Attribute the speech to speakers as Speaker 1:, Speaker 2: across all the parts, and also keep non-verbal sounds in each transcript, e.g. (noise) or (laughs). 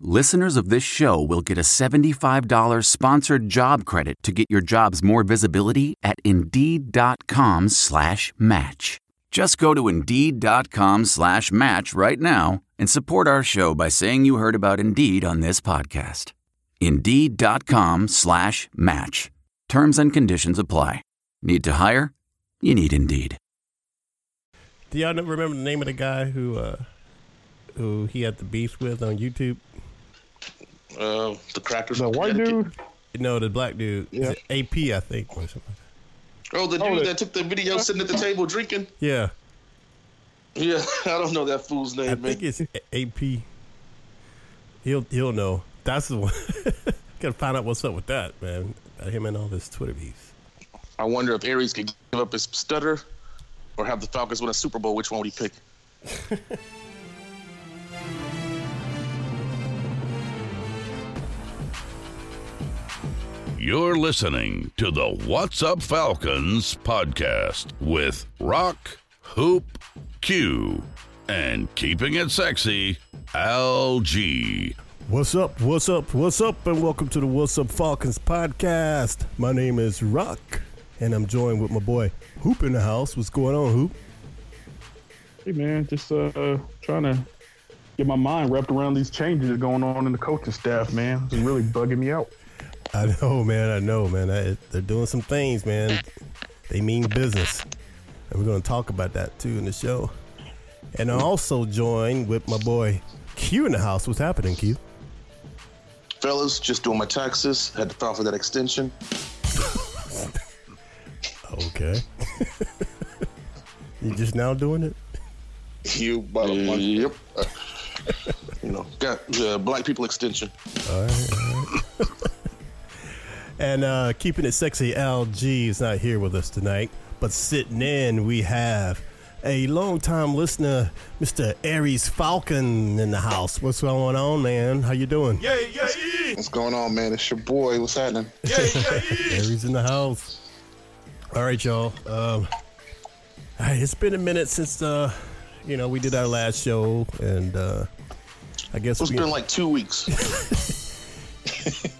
Speaker 1: listeners of this show will get a $75 sponsored job credit to get your jobs more visibility at Indeed.com slash match. Just go to Indeed.com slash match right now and support our show by saying you heard about Indeed on this podcast. Indeed.com slash match. Terms and conditions apply. Need to hire? You need Indeed.
Speaker 2: Do y'all know- remember the name of the guy who uh, who he had the beef with on YouTube?
Speaker 3: Uh, the crackers.
Speaker 4: The
Speaker 3: from
Speaker 4: white
Speaker 3: Connecticut.
Speaker 4: dude?
Speaker 2: No, the black dude.
Speaker 4: Yeah.
Speaker 2: Is it AP, I think. Or something.
Speaker 3: Oh, the dude
Speaker 4: Oh, the-
Speaker 3: that took the video sitting at the table drinking.
Speaker 2: Yeah,
Speaker 3: Yeah, (laughs) I don't know that fool's
Speaker 2: I
Speaker 3: name, man.
Speaker 2: think it's A- AP. He'll he'll know. That's the one. (laughs) Gotta find out what's up with that man. About him and all his Twitter beefs.
Speaker 3: I wonder if Aries could give up his stutter or have the Falcons win a Super Bowl. Which one would he pick?
Speaker 5: You're listening to the What's Up Falcons podcast with Rock, Hoop, Q, and keeping it sexy, LG.
Speaker 2: What's up? What's up? What's up? And welcome to the What's Up Falcons podcast. My name is Rock, and I'm joined with my boy Hoop in the house. What's going on, Hoop?
Speaker 4: Hey man, just uh trying to get my mind wrapped around these changes going on in the coaching staff, man. It's really bugging me out.
Speaker 2: (laughs) I know, man. I know, man. I, they're doing some things, man. They mean business, and we're going to talk about that too in the show. And I'm also joined with my boy Q in the house. What's happening, Q?
Speaker 3: Fellas, just doing my taxes. Had to file for that extension.
Speaker 2: Okay. (laughs) you just now doing it?
Speaker 3: You about a month. Yep. you know, got uh, black people extension.
Speaker 2: And uh, keeping it sexy, LG is not here with us tonight, but sitting in, we have a longtime listener, Mr. Aries Falcon, in the house. What's going on, man? How you doing? Yeah,
Speaker 3: What's going on, man? It's your boy. What's happening?
Speaker 2: Aries in the house. All right, y'all. Um, all right, it's been a minute since uh, you know we did our last show, and uh, I guess
Speaker 3: It's
Speaker 2: we,
Speaker 3: been like two weeks.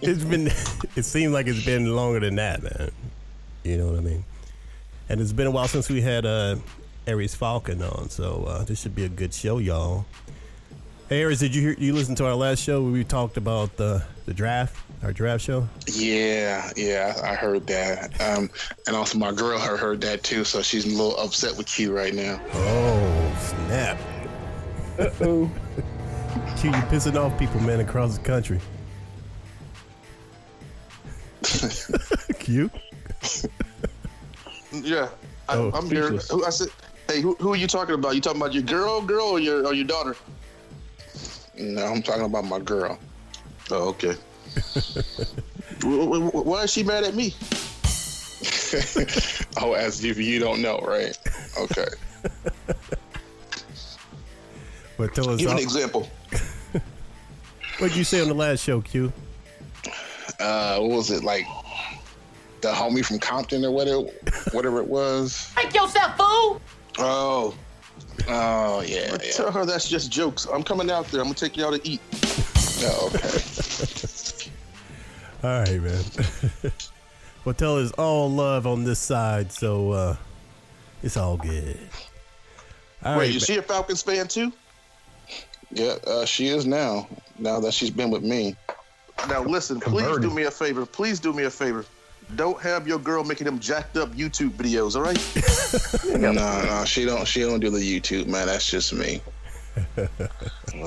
Speaker 2: it's been (laughs) it seems like it's been longer than that, man. You know what I mean? And it's been a while since we had uh, Aries Falcon on, so uh, this should be a good show, y'all. Hey, Aries, did you hear? You listen to our last show where we talked about the the draft, our draft show?
Speaker 6: Yeah, yeah, I heard that. Um, and also my girl her heard that too, so she's a little upset with Q right now.
Speaker 2: Oh snap!
Speaker 4: Oh,
Speaker 2: Q, you pissing off people, man, across the country. Q?
Speaker 3: yeah, I,
Speaker 2: Oh,
Speaker 3: I'm here.
Speaker 4: speechless.
Speaker 3: Who, I said, hey, who, who are you talking about? You talking about your girl, girl, or your or your daughter?
Speaker 6: No, I'm talking about my girl.
Speaker 2: (laughs)
Speaker 3: Oh, okay. W- w- w- Why is she mad at me?
Speaker 6: Oh, as if you don't know, right? Okay.
Speaker 2: But tell us
Speaker 3: Give
Speaker 2: all,
Speaker 3: an example.
Speaker 2: what'd you say on the last show, Q?
Speaker 6: Uh, what was it like? The homie from Compton or whatever, whatever it was.
Speaker 7: Take yourself, fool!
Speaker 3: Oh,
Speaker 6: Oh yeah, yeah.
Speaker 3: tell her that's just jokes. I'm coming out there. I'm gonna take y'all to eat.
Speaker 6: No, okay.
Speaker 2: All right, man. (laughs) well, tell us all love on this side, so uh, it's all good. All
Speaker 3: Wait,
Speaker 2: right,
Speaker 3: is she a Falcons fan too?
Speaker 6: Yeah, uh, she is now. Now that she's been with me.
Speaker 3: Now listen, please do me a favor. Please do me a favor. Don't have your girl making them jacked up YouTube videos, all right?
Speaker 6: No, no, she don't. She don't do the YouTube, man. That's just me.
Speaker 3: All right.
Speaker 2: man.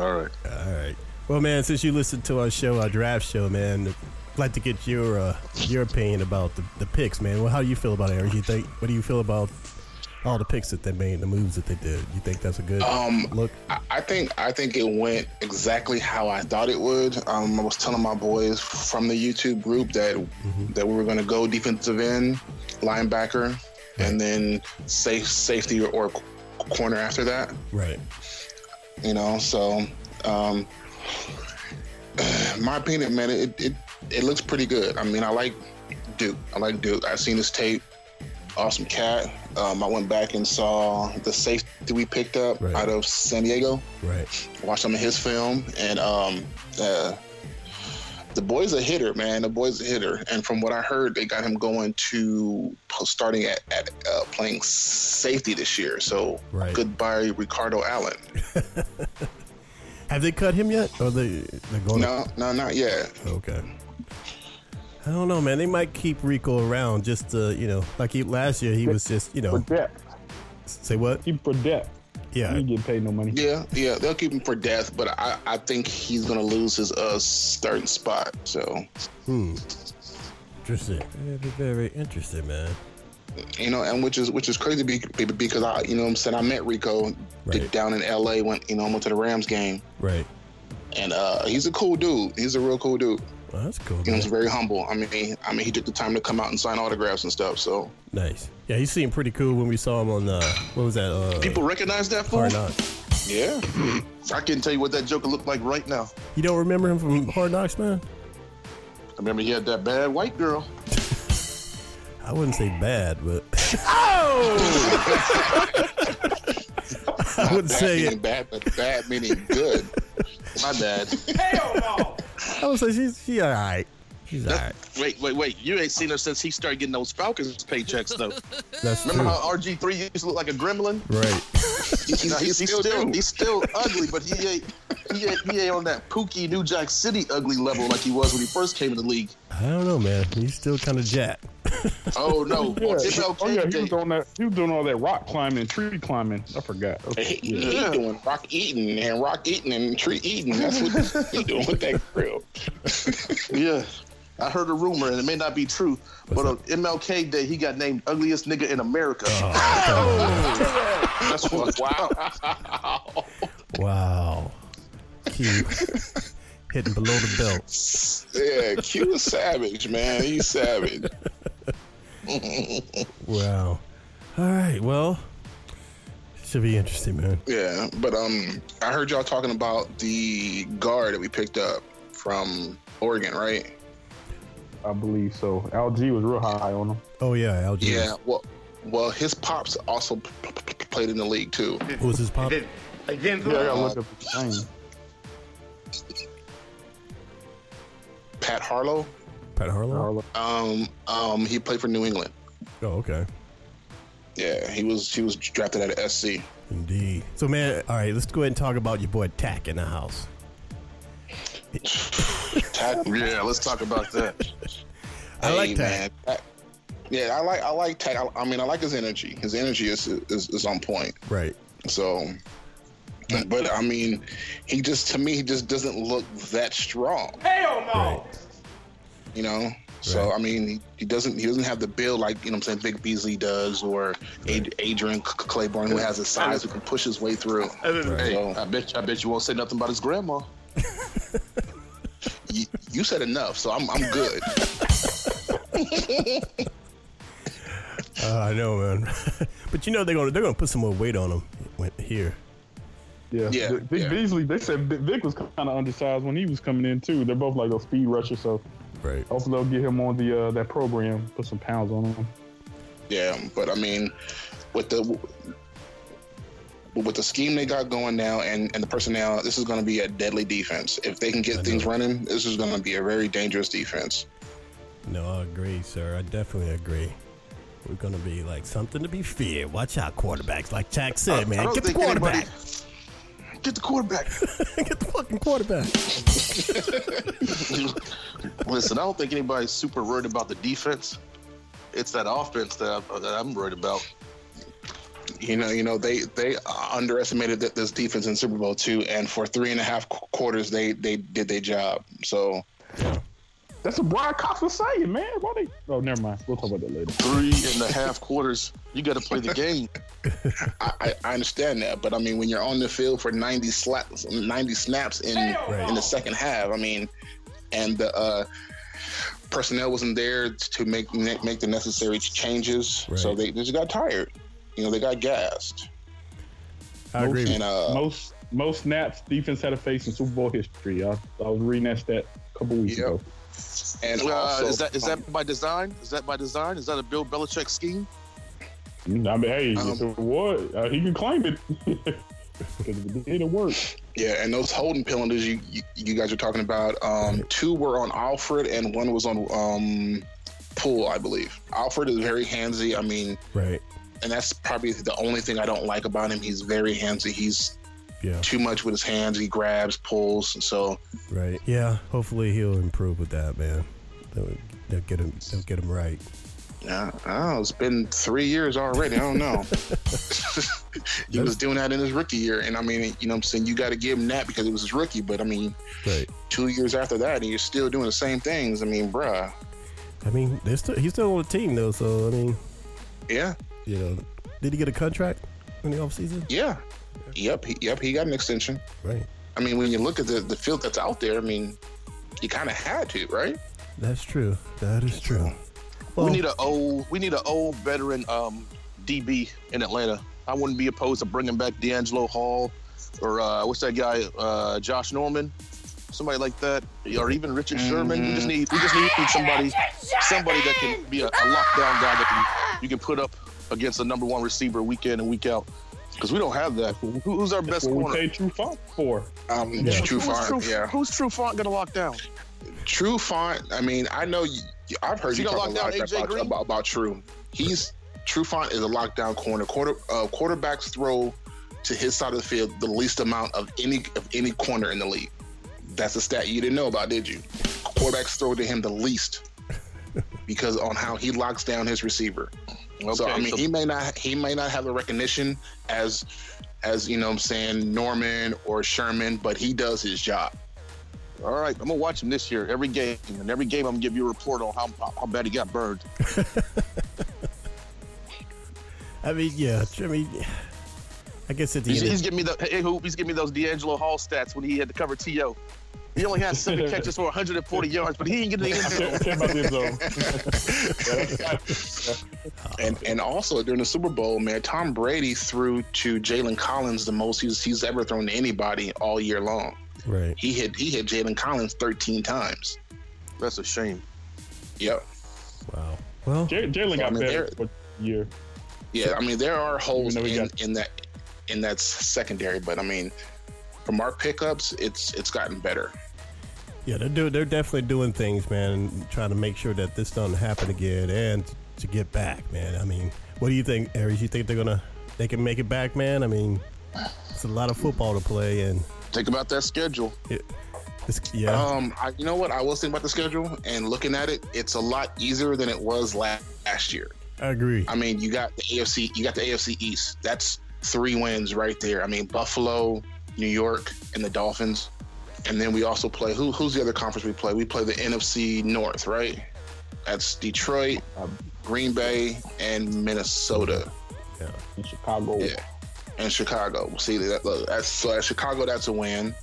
Speaker 2: all right. Well, man, since you listened to our show, our draft show, man, I'd like to get your uh, your opinion about the, the picks, man. Well, how do you feel about it, Eric? You think? What do you feel about all the picks that they made, the moves that they did? You think that's a good
Speaker 6: Um,
Speaker 2: look?
Speaker 6: I- I think I think it went exactly how I thought it would. Um, I was telling my boys from the YouTube group that that we were going to go defensive end, linebacker, and then safe safety or, or corner after that.
Speaker 2: Right.
Speaker 6: You know, so um, (sighs) my opinion, man, it, it it looks pretty good. I mean, I like Duke. I like Duke. I've seen this tape. Awesome cat. Um, I went back and saw the safety we picked up
Speaker 2: Right.
Speaker 6: out of San Diego.
Speaker 2: Right.
Speaker 6: Watched some of his film, and um, uh, the boy's a hitter, man. The boy's a hitter, and from what I heard, they got him going to starting at, at uh, playing safety this year. So
Speaker 2: Right.
Speaker 6: goodbye, Ricardo Allen.
Speaker 2: Have they cut him yet? Or they they're going?
Speaker 6: No, no, not yet.
Speaker 2: Okay. I don't know, man. They might keep Rico around just to, you know, like he last year. He was just, you
Speaker 4: For
Speaker 2: know,
Speaker 4: depth.
Speaker 2: say what?
Speaker 4: Keep for depth.
Speaker 2: Yeah,
Speaker 4: You ain't getting paid no money.
Speaker 6: Yeah, yeah, they'll keep him for death, but I, I think he's gonna lose his uh starting spot. So
Speaker 2: interesting. Very, very interesting, man.
Speaker 6: you know, and which is which is crazy be- be- because I you know what I'm saying I met Rico d-
Speaker 2: Right.
Speaker 6: down in L.A. when you know I went to the Rams game,
Speaker 2: Right.
Speaker 6: and uh he's a cool dude. He's a real cool dude.
Speaker 2: Well, that's cool.
Speaker 6: You know,
Speaker 2: Man.
Speaker 6: he's very humble. I mean, I mean, he took the time to come out and sign autographs and stuff. So
Speaker 2: Nice. Yeah, he seemed pretty cool when we saw him on uh, what was that? Uh,
Speaker 3: People recognize that fool?
Speaker 2: Hard Knocks.
Speaker 6: yeah,
Speaker 3: I can tell you what that Joker looked like right now.
Speaker 2: You don't remember him from Hard Knocks, man?
Speaker 3: I remember he had that bad white girl.
Speaker 2: I wouldn't say bad, but (laughs) I wouldn't
Speaker 6: bad
Speaker 2: say
Speaker 6: meaning
Speaker 2: it.
Speaker 6: bad, but bad meaning good.
Speaker 3: (laughs) My bad.
Speaker 2: I would say she's she all right. She's all right.
Speaker 3: wait, wait, wait. You ain't seen her since he started getting those Falcons paychecks, though.
Speaker 2: That's true.
Speaker 3: Remember how RG3 used to look like a gremlin?
Speaker 2: Right.
Speaker 3: Now, he's, he's
Speaker 6: still
Speaker 3: still,
Speaker 6: do.
Speaker 3: he's still ugly, but he ain't he ain't, he ain't on that Pookie New Jack City ugly level like he was when he first came in the league.
Speaker 2: I don't know, man. He's still kind of jacked.
Speaker 6: Oh no,
Speaker 3: (laughs)
Speaker 4: Yeah.
Speaker 6: MLK
Speaker 4: Oh yeah, he
Speaker 6: Day.
Speaker 4: was on that. He was doing all that rock climbing, and tree climbing. I forgot. Okay.
Speaker 6: He, he doing rock eating and rock eating and tree eating. That's what (laughs) he doing with that grill.
Speaker 3: Yeah. I heard a rumor, and it may not be true, but on MLK Day, he got named ugliest nigga in
Speaker 6: (laughs)
Speaker 3: America.
Speaker 2: Oh,
Speaker 6: That's what. Wow.
Speaker 2: Wow. Cute. Hitting below the belt.
Speaker 6: Yeah, Q is savage, man. He's savage.
Speaker 2: Wow. All right. Well, should be interesting, man.
Speaker 6: Yeah, but um, I heard y'all talking about the guard that we picked up from Oregon, right?
Speaker 4: I believe so. LG was real high on him.
Speaker 2: Oh yeah, LG.
Speaker 6: Yeah. Well, well, his pops also p- p- p- played in the league too.
Speaker 2: What was his pop?
Speaker 4: Yeah, I gotta
Speaker 6: Uh,
Speaker 4: look up his name.
Speaker 6: Uh, Pat Harlow.
Speaker 2: Pat Harlow.
Speaker 4: Harlow.
Speaker 6: Um, um, he played for New England.
Speaker 2: Oh, okay.
Speaker 6: Yeah, he was he was drafted out of SC.
Speaker 2: Indeed. So, man, all right, let's go ahead and talk about your boy Tack in the house.
Speaker 6: Tack-
Speaker 3: Yeah, let's talk about that.
Speaker 2: I
Speaker 6: Hey,
Speaker 2: like Tack.
Speaker 6: man. Yeah, I like I like Tack. I, I mean, I like his energy. His energy is is, is on point.
Speaker 2: Right.
Speaker 6: So, but I mean, he just to me he just doesn't look that strong.
Speaker 2: Right.
Speaker 6: You know. So
Speaker 2: Right.
Speaker 6: I mean, he, he doesn't he doesn't have the build like you know what I'm saying Vic Beasley does or Ad Adrian C- Claiborne who has the size who can push his way through.
Speaker 3: Hey,
Speaker 6: So,
Speaker 3: I bet I bet you won't say nothing about his
Speaker 6: (laughs)
Speaker 3: grandma.
Speaker 6: you, you said enough, so I'm I'm good.
Speaker 2: Uh, I know, man. (laughs) but you know they're gonna they're gonna put some more weight on him when- here.
Speaker 4: Yeah.
Speaker 6: Yeah,
Speaker 4: Vic Vic
Speaker 6: yeah.
Speaker 4: Beasley. They said Vic- Vic was kind of undersized when he was coming in too. They're both like a speed rusher, so
Speaker 2: Right.
Speaker 4: hopefully they'll get him on the uh, that program, put some pounds on him.
Speaker 6: Yeah, but I mean, with the with the scheme they got going now and, and the personnel, this is going to be a deadly defense. If they can
Speaker 2: I
Speaker 6: get
Speaker 2: know.
Speaker 6: things running, this is going to be a very dangerous defense.
Speaker 2: No, I agree, sir. I definitely agree. We're gonna be like something to be feared. Watch out, quarterbacks. Like Tack said,
Speaker 3: I
Speaker 2: man,
Speaker 3: don't
Speaker 2: get the
Speaker 3: think anybody-
Speaker 2: quarterback. (laughs)
Speaker 3: Get the quarterback. (laughs)
Speaker 2: get the fucking quarterback.
Speaker 3: Listen, I don't think anybody's super worried about the defense. It's that offense that, I, that I'm worried about.
Speaker 6: You know, you know they they underestimated that this defense in Super Bowl two, and for three and a half qu- quarters they they did their job. So
Speaker 4: That's what Brian Cox was saying, man. Why they? Oh, never mind. We'll talk about that later.
Speaker 3: Three and a half quarters. You got to play the game.
Speaker 6: I, I, I understand that, but I mean when you're on the field for ninety slaps, ninety snaps in
Speaker 2: Right.
Speaker 6: in the second half, I mean, and the uh, personnel wasn't there to make make the necessary changes,
Speaker 2: Right.
Speaker 6: so they just got tired. You know, they got gassed.
Speaker 2: I agree.
Speaker 6: And uh,
Speaker 4: Most most snaps defense had a face in Super Bowl history. I, I was reading that stat a couple weeks
Speaker 6: Yep.
Speaker 4: ago.
Speaker 6: (laughs) and
Speaker 3: Uh,
Speaker 6: also um,
Speaker 3: is that is
Speaker 6: from-
Speaker 3: that by design? Is that by design? Is that a Bill Belichick scheme?
Speaker 4: Mm, I mean, hey,
Speaker 6: Um,
Speaker 4: it's a reward. Uh, he can claim it (laughs) because it didn't work.
Speaker 6: Yeah, and those holding penalties you you, you guys are talking about, um, two were on Alfred and one was on um, Poole, I believe. Alfred is very handsy. I mean,
Speaker 2: right.
Speaker 6: and that's probably the only thing I don't like about him. He's very handsy. He's
Speaker 2: Yeah.
Speaker 6: too much with his hands. He grabs, pulls, and so
Speaker 2: Right. Yeah. Hopefully he'll improve with that, man. They'll, they'll get him. They'll get him right.
Speaker 6: yeah, I don't know. It's been three years already. I don't
Speaker 3: (laughs)
Speaker 6: know. he was doing that in his rookie year, and I mean, you know, what I'm saying you got to give him that because it was his rookie. But I mean,
Speaker 2: Right.
Speaker 6: two years after that, and you're still doing the same things. I mean, bruh,
Speaker 2: I mean, they're still, he's still on the team though. So I mean,
Speaker 6: yeah.
Speaker 2: you know, did he get a contract in the offseason?
Speaker 6: Yeah. Yep. He, yep. He got an extension.
Speaker 2: Right.
Speaker 6: I mean, when you look at the, the field that's out there, I mean, you kind of had to, right?
Speaker 2: That's true. That is true.
Speaker 3: we need a old we need an old veteran um, DB in Atlanta. I wouldn't be opposed to bringing back D'Angelo Hall or uh, what's that guy uh, Josh Norman, somebody like that, or even Richard Sherman. We just need we just need somebody somebody that can be a, a lockdown guy that can you can put up against the number one receiver week in and week out because we don't have that. Who- Who's our best
Speaker 4: What we
Speaker 3: corner?
Speaker 4: paid True Funk for.
Speaker 6: Um,
Speaker 2: Yeah.
Speaker 6: True
Speaker 3: Who's
Speaker 6: Font.
Speaker 3: True-
Speaker 6: Yeah.
Speaker 3: Who's True Font gonna lock down?
Speaker 6: True Font. I mean, I know you, I've heard
Speaker 3: She
Speaker 6: you
Speaker 3: got
Speaker 6: talk a
Speaker 3: locked down
Speaker 6: lot
Speaker 3: AJ
Speaker 6: about,
Speaker 3: Green?
Speaker 6: about, about True. He's True Font is a lockdown corner. Quarter uh, quarterbacks throw to his side of the field the least amount of any of any corner in the league. That's a stat you didn't know about, did you? Quarterbacks throw to him the least because on how he locks down his receiver. so I mean, he may not he may not have the recognition as as you know what I'm saying Norman or Sherman, but he does his job.
Speaker 3: All right, I'm gonna watch him this year, every game, and every game I'm gonna give you a report on how how, how bad he got burned.
Speaker 2: I mean, yeah. I mean, I guess at the
Speaker 3: He's,
Speaker 2: end,
Speaker 3: he's
Speaker 2: of,
Speaker 3: giving me the hey, Hoop, he's giving me those D'Angelo Hall stats when he had to cover To. He only had
Speaker 4: (laughs)
Speaker 3: seven catches for 140 yards, but he ain't getting the
Speaker 4: I
Speaker 3: end
Speaker 4: (laughs)
Speaker 3: zone.
Speaker 4: care, I care about this
Speaker 6: (laughs)
Speaker 4: though.
Speaker 6: And and also during the Super Bowl, man, Tom Brady threw to Jalen Collins the most he's he's ever thrown to anybody all year long.
Speaker 2: right.
Speaker 6: He hit he hit Jalen Collins 13 times.
Speaker 3: That's a shame.
Speaker 6: Yep.
Speaker 2: Wow. Well,
Speaker 4: J- Jalen
Speaker 6: I
Speaker 4: got
Speaker 6: mean,
Speaker 4: better
Speaker 6: they're-
Speaker 4: for the year.
Speaker 6: Yeah, I mean there are holes
Speaker 4: Even though
Speaker 6: in,
Speaker 4: he got-
Speaker 6: in that in that secondary, but I mean from our pickups, it's it's gotten better.
Speaker 2: yeah, they're do, they're definitely doing things, man, and trying to make sure that this doesn't happen again, and to get back, man. I mean, what do you think, Aries? You think they're gonna they can make it back, man? I mean, it's a lot of football to play, and
Speaker 6: Think about that schedule.
Speaker 2: it's, yeah,
Speaker 6: Um, I, you know what? I was thinking about the schedule and looking at it, it's a lot easier than it was last, last year.
Speaker 2: I agree.
Speaker 6: I mean, you got the AFC, you got the AFC East. That's three wins right there. I mean, Buffalo, New York, and the Dolphins. And then we also play who who's the other conference we play? We play the NFC North, right? That's Detroit, Green Bay, and Minnesota
Speaker 2: Yeah.
Speaker 4: In Chicago.
Speaker 6: Yeah. and Chicago. See that look, that's so at Chicago that's a win.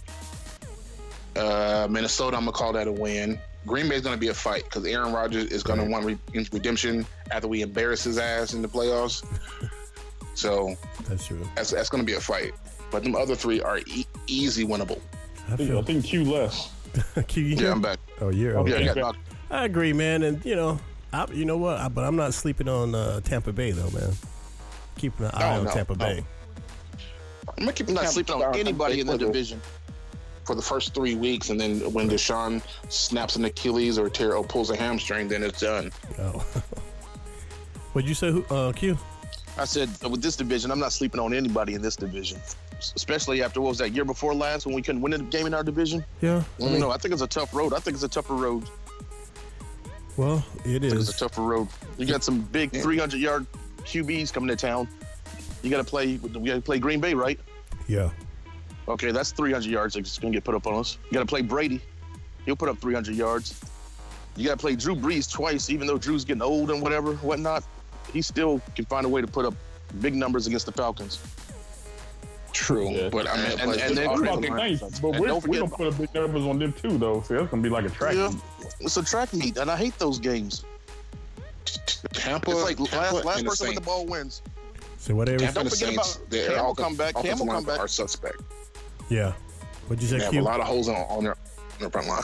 Speaker 6: Uh, Minnesota, I'm gonna call that a win. Green Bay's gonna be a fight because Aaron Rodgers is gonna want re- redemption after we embarrass his ass in the playoffs. so
Speaker 2: That's true.
Speaker 6: that's that's gonna be a fight. But them other three are e- easy winnable.
Speaker 2: I
Speaker 4: I think, I
Speaker 2: feel.
Speaker 4: think Q
Speaker 2: (laughs)
Speaker 4: left.
Speaker 2: Q, you
Speaker 6: Yeah,
Speaker 2: here?
Speaker 6: I'm back.
Speaker 2: Oh, you're
Speaker 4: Okay.
Speaker 2: okay.
Speaker 6: Yeah, I got knocked.
Speaker 2: I agree, man, and you know, I, you know what? I, but I'm not sleeping on uh, Tampa Bay though, man. Keeping an eye
Speaker 6: No,
Speaker 2: on
Speaker 6: no,
Speaker 2: Tampa
Speaker 6: no.
Speaker 2: Bay.
Speaker 6: I'm gonna keep
Speaker 3: I'm not
Speaker 6: Tampa
Speaker 3: sleeping
Speaker 6: down
Speaker 3: on anybody in the
Speaker 6: for
Speaker 3: division.
Speaker 6: for the first three weeks, and then when Deshaun snaps an Achilles or tear or pulls a hamstring, then it's done.
Speaker 2: Oh. (laughs) What'd you say? Who? Uh, Q.
Speaker 3: I said
Speaker 6: uh,
Speaker 3: with this division, I'm not sleeping on anybody in this division, S- especially after what was that year before last when we couldn't win a game in our division.
Speaker 2: Yeah. I mean,
Speaker 3: No, I think it's a tough road. I think it's a tougher road.
Speaker 2: Well, it
Speaker 3: I think it's a
Speaker 2: is.
Speaker 3: tougher road. You got some big 300 yard QBs coming to town. You got to play. We got to play Green Bay, right?
Speaker 2: Yeah.
Speaker 3: Okay, that's 300 yards that's going to get put up on us. You got to play Brady. He'll put up 300 yards. You got to play Drew Brees twice, even though Drew's getting old and whatever, whatnot. He still can find a way to put up big numbers against the Falcons.
Speaker 6: True,
Speaker 4: Yeah.
Speaker 6: but I mean,
Speaker 3: And- and- and then
Speaker 4: That's
Speaker 3: Crazy
Speaker 4: fucking
Speaker 3: line.
Speaker 4: things. But
Speaker 3: And
Speaker 4: we're,
Speaker 3: don't
Speaker 4: we're
Speaker 3: forget-
Speaker 4: gonna put a big numbers on them too, though. So that's gonna be like a track.
Speaker 3: Yeah.
Speaker 4: meet.
Speaker 3: It's a track meet, and I hate those games.
Speaker 6: Tampa.
Speaker 3: It's like
Speaker 6: Tampa
Speaker 3: last, last
Speaker 6: and the
Speaker 3: person with the
Speaker 6: Saints.
Speaker 3: ball wins.
Speaker 2: So what Aries?
Speaker 6: Tampa and
Speaker 3: Don't
Speaker 6: the
Speaker 3: forget
Speaker 6: Saints.
Speaker 3: about
Speaker 6: They're
Speaker 3: Cam will
Speaker 6: all
Speaker 3: come back, Cam
Speaker 6: offensive
Speaker 3: will come
Speaker 6: lines
Speaker 3: back.
Speaker 6: Are suspect.
Speaker 2: Yeah. What'd you
Speaker 6: They
Speaker 2: say,
Speaker 6: have
Speaker 2: Q?
Speaker 6: a lot of holes on, on their on their front line.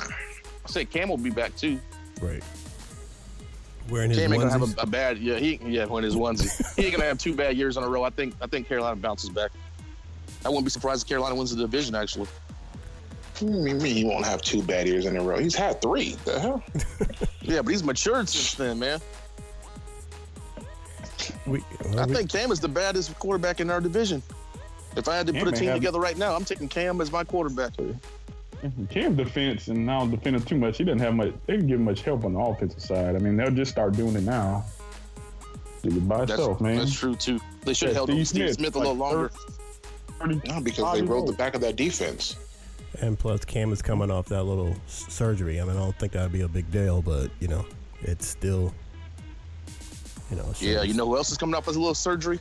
Speaker 3: I say Cam will be back too.
Speaker 2: Right. Wearing his
Speaker 3: Cam ain't gonna have
Speaker 2: onesies.
Speaker 3: a, a bad yeah he yeah when his onesie he ain't gonna have two bad years in a row. I think I think Carolina bounces back. I wouldn't be surprised if Carolina wins the division actually.
Speaker 6: You mean Hmm, he won't have two bad years in a row? He's had three. The hell?
Speaker 3: Yeah, but he's matured since then, man.
Speaker 2: We- well,
Speaker 3: I
Speaker 2: we-
Speaker 3: think Cam is the baddest quarterback in our division. If I had to
Speaker 4: Cam
Speaker 3: put a
Speaker 4: may
Speaker 3: team
Speaker 4: have-
Speaker 3: together right now, I'm taking Cam as my quarterback.
Speaker 4: Cam defense and now defending too much. He doesn't have much. They didn't give much help on the offensive side. I mean, they'll just start doing it now. Did it by
Speaker 3: That's,
Speaker 4: itself, man.
Speaker 3: that's true too. They should have
Speaker 4: Yeah,
Speaker 3: held
Speaker 4: Steve
Speaker 3: Steve Smith,
Speaker 4: Smith,
Speaker 3: a little
Speaker 4: like,
Speaker 3: longer.
Speaker 6: No, because they rode the back of that defense.
Speaker 2: and plus, Cam is coming off that little s- surgery. I mean, I don't think that'd be a big deal, but you know, it's still. You know.
Speaker 3: Yeah, you know who else is coming up as a little surgery?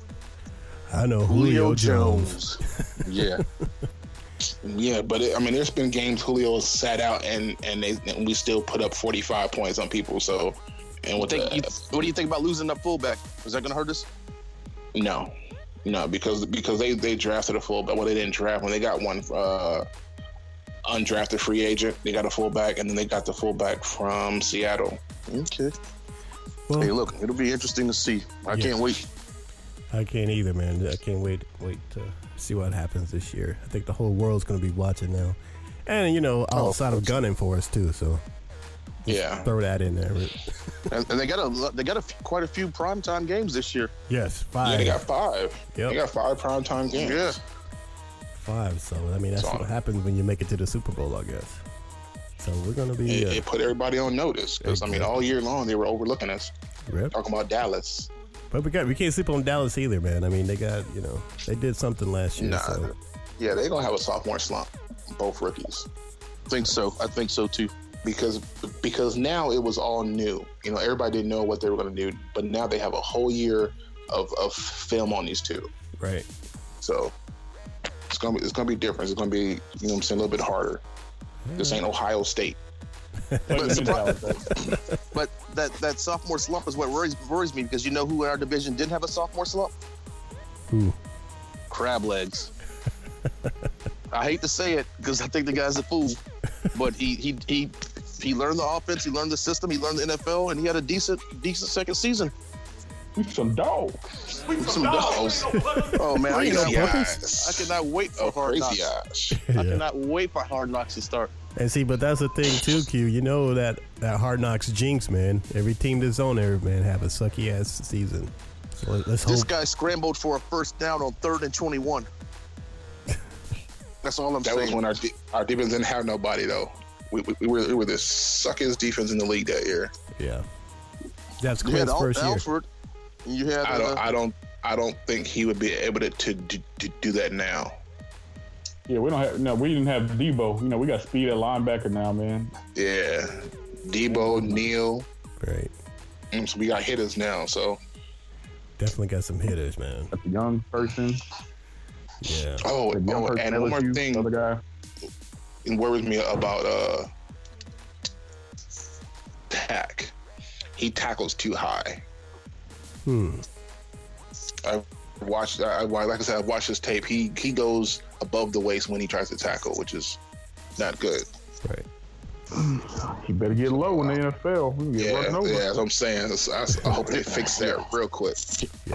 Speaker 2: I know Julio, Jones.
Speaker 3: Jones.
Speaker 2: (laughs)
Speaker 3: yeah,
Speaker 6: Yeah, but it, I mean, there's been games Julio has sat out and and, they, and we still put up 45 points on people. So, and
Speaker 3: Well,
Speaker 6: with
Speaker 3: think,
Speaker 6: the,
Speaker 3: you, what do you think about losing a fullback? Is that going to hurt us?
Speaker 6: no, no, because because they they drafted a fullback. Well, they didn't draft when they got one uh, undrafted free agent. They got a fullback, and then they got the fullback from Seattle.
Speaker 3: Okay.
Speaker 2: Well-
Speaker 3: hey, look, it'll be interesting to see. I
Speaker 2: Yeah.
Speaker 3: can't wait.
Speaker 2: I can't either, man. I can't wait wait to see what happens this year. I think the whole world's gonna be watching now, and you know,
Speaker 3: Oh,
Speaker 2: outside of gunning for us too. So
Speaker 6: Yeah,
Speaker 2: throw that in there. Rick.
Speaker 3: And, and they got a they got a, few- quite a few primetime games this year.
Speaker 2: Yes,
Speaker 6: yeah,
Speaker 2: five,
Speaker 6: they got five.
Speaker 2: Yep.
Speaker 6: They got five primetime games.
Speaker 3: Yeah.
Speaker 2: five. So I mean, that's
Speaker 6: So-
Speaker 2: what happens when you make it to the Super Bowl, I guess. So we're gonna be
Speaker 6: It,
Speaker 2: uh,
Speaker 6: it put everybody on notice because I mean, all year long they were overlooking us,
Speaker 2: rip.
Speaker 6: talking about Dallas.
Speaker 2: but we got we can't sleep on Dallas either, man. I mean, they got you know they did something last year.
Speaker 6: Nah.
Speaker 2: So
Speaker 6: Yeah, they're gonna have a sophomore slump, both rookies.
Speaker 3: I think so. I think so too.
Speaker 6: because because now it was all new. You know, everybody didn't know what they were going to do, but now they have a whole year of, of film on these two.
Speaker 2: right,
Speaker 6: So it's gonna be it's gonna be different. It's gonna be you know what I'm saying a little bit harder. This ain't Ohio
Speaker 3: (laughs)
Speaker 6: State.
Speaker 3: But, surpri- but that that sophomore slump is what worries worries me because you know who in our division didn't have a sophomore slump?
Speaker 2: Who?
Speaker 3: Crab
Speaker 6: (laughs)
Speaker 3: legs. I hate to say it because I think the guy's a fool, but he he he he learned the offense, he learned the system, he learned the NFL, and he had a decent decent second season.
Speaker 4: We some dogs.
Speaker 3: Some dogs. Oh man, I
Speaker 6: Crazy
Speaker 3: cannot, I
Speaker 6: eyes.
Speaker 3: cannot wait for
Speaker 6: Oh,
Speaker 3: hard knocks.
Speaker 6: crazy eyes.
Speaker 3: I
Speaker 2: Yeah.
Speaker 3: cannot wait for hard knocks to start.
Speaker 2: And see, but that's the thing too, Q. You know that that hard knocks jinx, man. Every team that's on there, man, have a sucky ass season. So let- let's
Speaker 3: This
Speaker 2: hope.
Speaker 3: guy scrambled for a first down on third and twenty-one. That's all I'm
Speaker 6: That was
Speaker 3: saying.
Speaker 6: when our de- our defense didn't have nobody though. We, we, we were we were the suckiest defense in the league that year.
Speaker 2: yeah, that's
Speaker 3: you had
Speaker 2: Quinn's
Speaker 3: Al-
Speaker 2: first year.
Speaker 3: Alfred. and You had
Speaker 6: I don't
Speaker 3: uh,
Speaker 6: I don't I don't think he would be able to to, to, to do that now.
Speaker 4: Yeah, we don't have no. We didn't have Debo. You know, we got speed at linebacker now, man.
Speaker 6: Yeah, Debo Neal.
Speaker 2: Right,
Speaker 6: mm, So we got hitters now. So
Speaker 2: definitely got some hitters, man.
Speaker 4: Got the young person.
Speaker 2: Yeah,
Speaker 6: oh,
Speaker 4: The young
Speaker 6: oh
Speaker 4: person.
Speaker 6: and one more
Speaker 4: LSU,
Speaker 6: thing.
Speaker 4: Another guy.
Speaker 6: and worries me about uh tack. He tackles too high.
Speaker 2: hmm.
Speaker 6: I watched. I I- like I said, I watched his tape. He he goes above the waist when he tries to tackle, which is not good.
Speaker 2: right.
Speaker 4: You better get low in the NFL. We can get
Speaker 6: Yeah,
Speaker 4: run
Speaker 6: yeah.
Speaker 4: over.
Speaker 6: That's what I'm saying. That's- I, I hope they fix that real quick.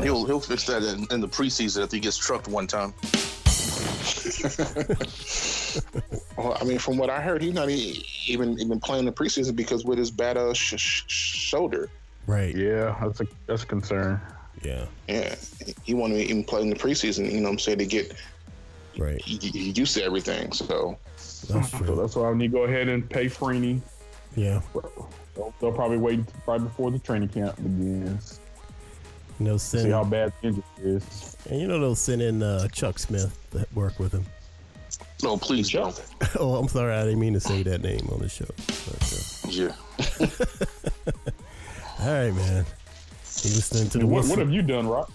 Speaker 3: he'll he'll fix that in, in the preseason if he gets trucked one time.
Speaker 6: (laughs) Well, I mean, from what I heard, he's not e- even even playing the preseason because with his bad uh, sh- sh- shoulder.
Speaker 2: Right. Yeah.
Speaker 4: Yeah, that's a that's a concern.
Speaker 6: Yeah, he won't even play in the preseason. You know, what I'm saying to get
Speaker 2: Right.
Speaker 6: he, he used to everything. So
Speaker 2: That's
Speaker 4: So
Speaker 2: true.
Speaker 4: that's why I need to go ahead and pay Freeney.
Speaker 2: Yeah.
Speaker 4: They'll, they'll probably wait right before the training camp begins.
Speaker 2: You know,
Speaker 4: See how
Speaker 2: send
Speaker 4: bad the injury is.
Speaker 2: and you know they'll send in uh, Chuck Smith that work with him. (laughs)
Speaker 3: No, please don't.
Speaker 2: oh, I'm sorry, I didn't mean to say that name on the show. But,
Speaker 3: Yeah.
Speaker 2: uh, all right, man. You listening to the
Speaker 4: What,
Speaker 2: Wilson-
Speaker 4: what have you done, Rock?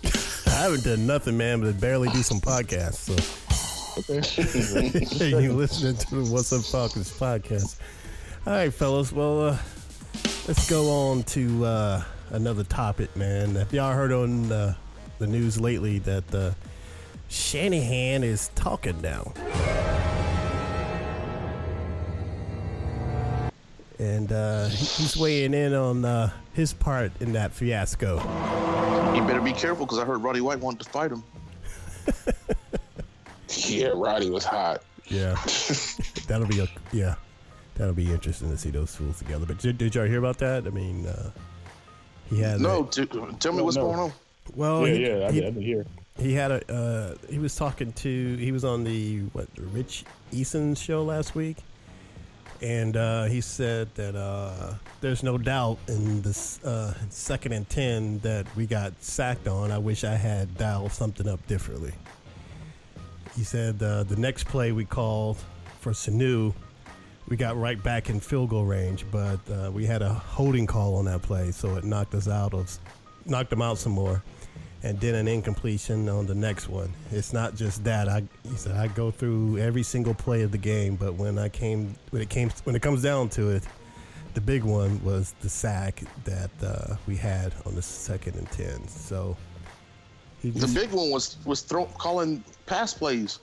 Speaker 2: I haven't done nothing, man, but barely do some podcasts. So. you listening to the What's Up Falcons podcast. All right, fellas. Well, uh, Let's go on to uh, another topic, man. Have y'all heard on uh, the news lately that uh, Shanahan is talking now? And uh, he- he's weighing in on uh, his part in that fiasco.
Speaker 3: You better be careful because I heard Roddy White wanted to fight him.
Speaker 6: (laughs) Yeah, Roddy was hot.
Speaker 4: (laughs)
Speaker 2: Yeah, that'll be a, yeah, that'll be interesting to see those fools together. But did, did y'all hear about that? I mean, uh, he had
Speaker 3: No,
Speaker 2: a-
Speaker 3: t- tell me
Speaker 4: No,
Speaker 3: what's
Speaker 4: no.
Speaker 3: going on.
Speaker 2: well,
Speaker 4: yeah,
Speaker 2: he-
Speaker 4: Oh, yeah, I,
Speaker 2: he-
Speaker 4: I didn't hear.
Speaker 2: he had a uh, he was talking to he was on the what the Rich Eason show last week, and uh, he said that uh, there's no doubt in this uh, second and ten that we got sacked on. I wish I had dialed something up differently. He said uh, the next play we called for Sanu, we got right back in field goal range, but uh, we had a holding call on that play, so it knocked us out of knocked them out some more and then an incompletion on the next one. It's not just that. I he said I go through every single play of the game, but when I came when it came when it comes down to it, the big one was the sack that uh, we had on the second and ten. So he
Speaker 3: The
Speaker 2: just-
Speaker 3: big one was was throw, calling pass plays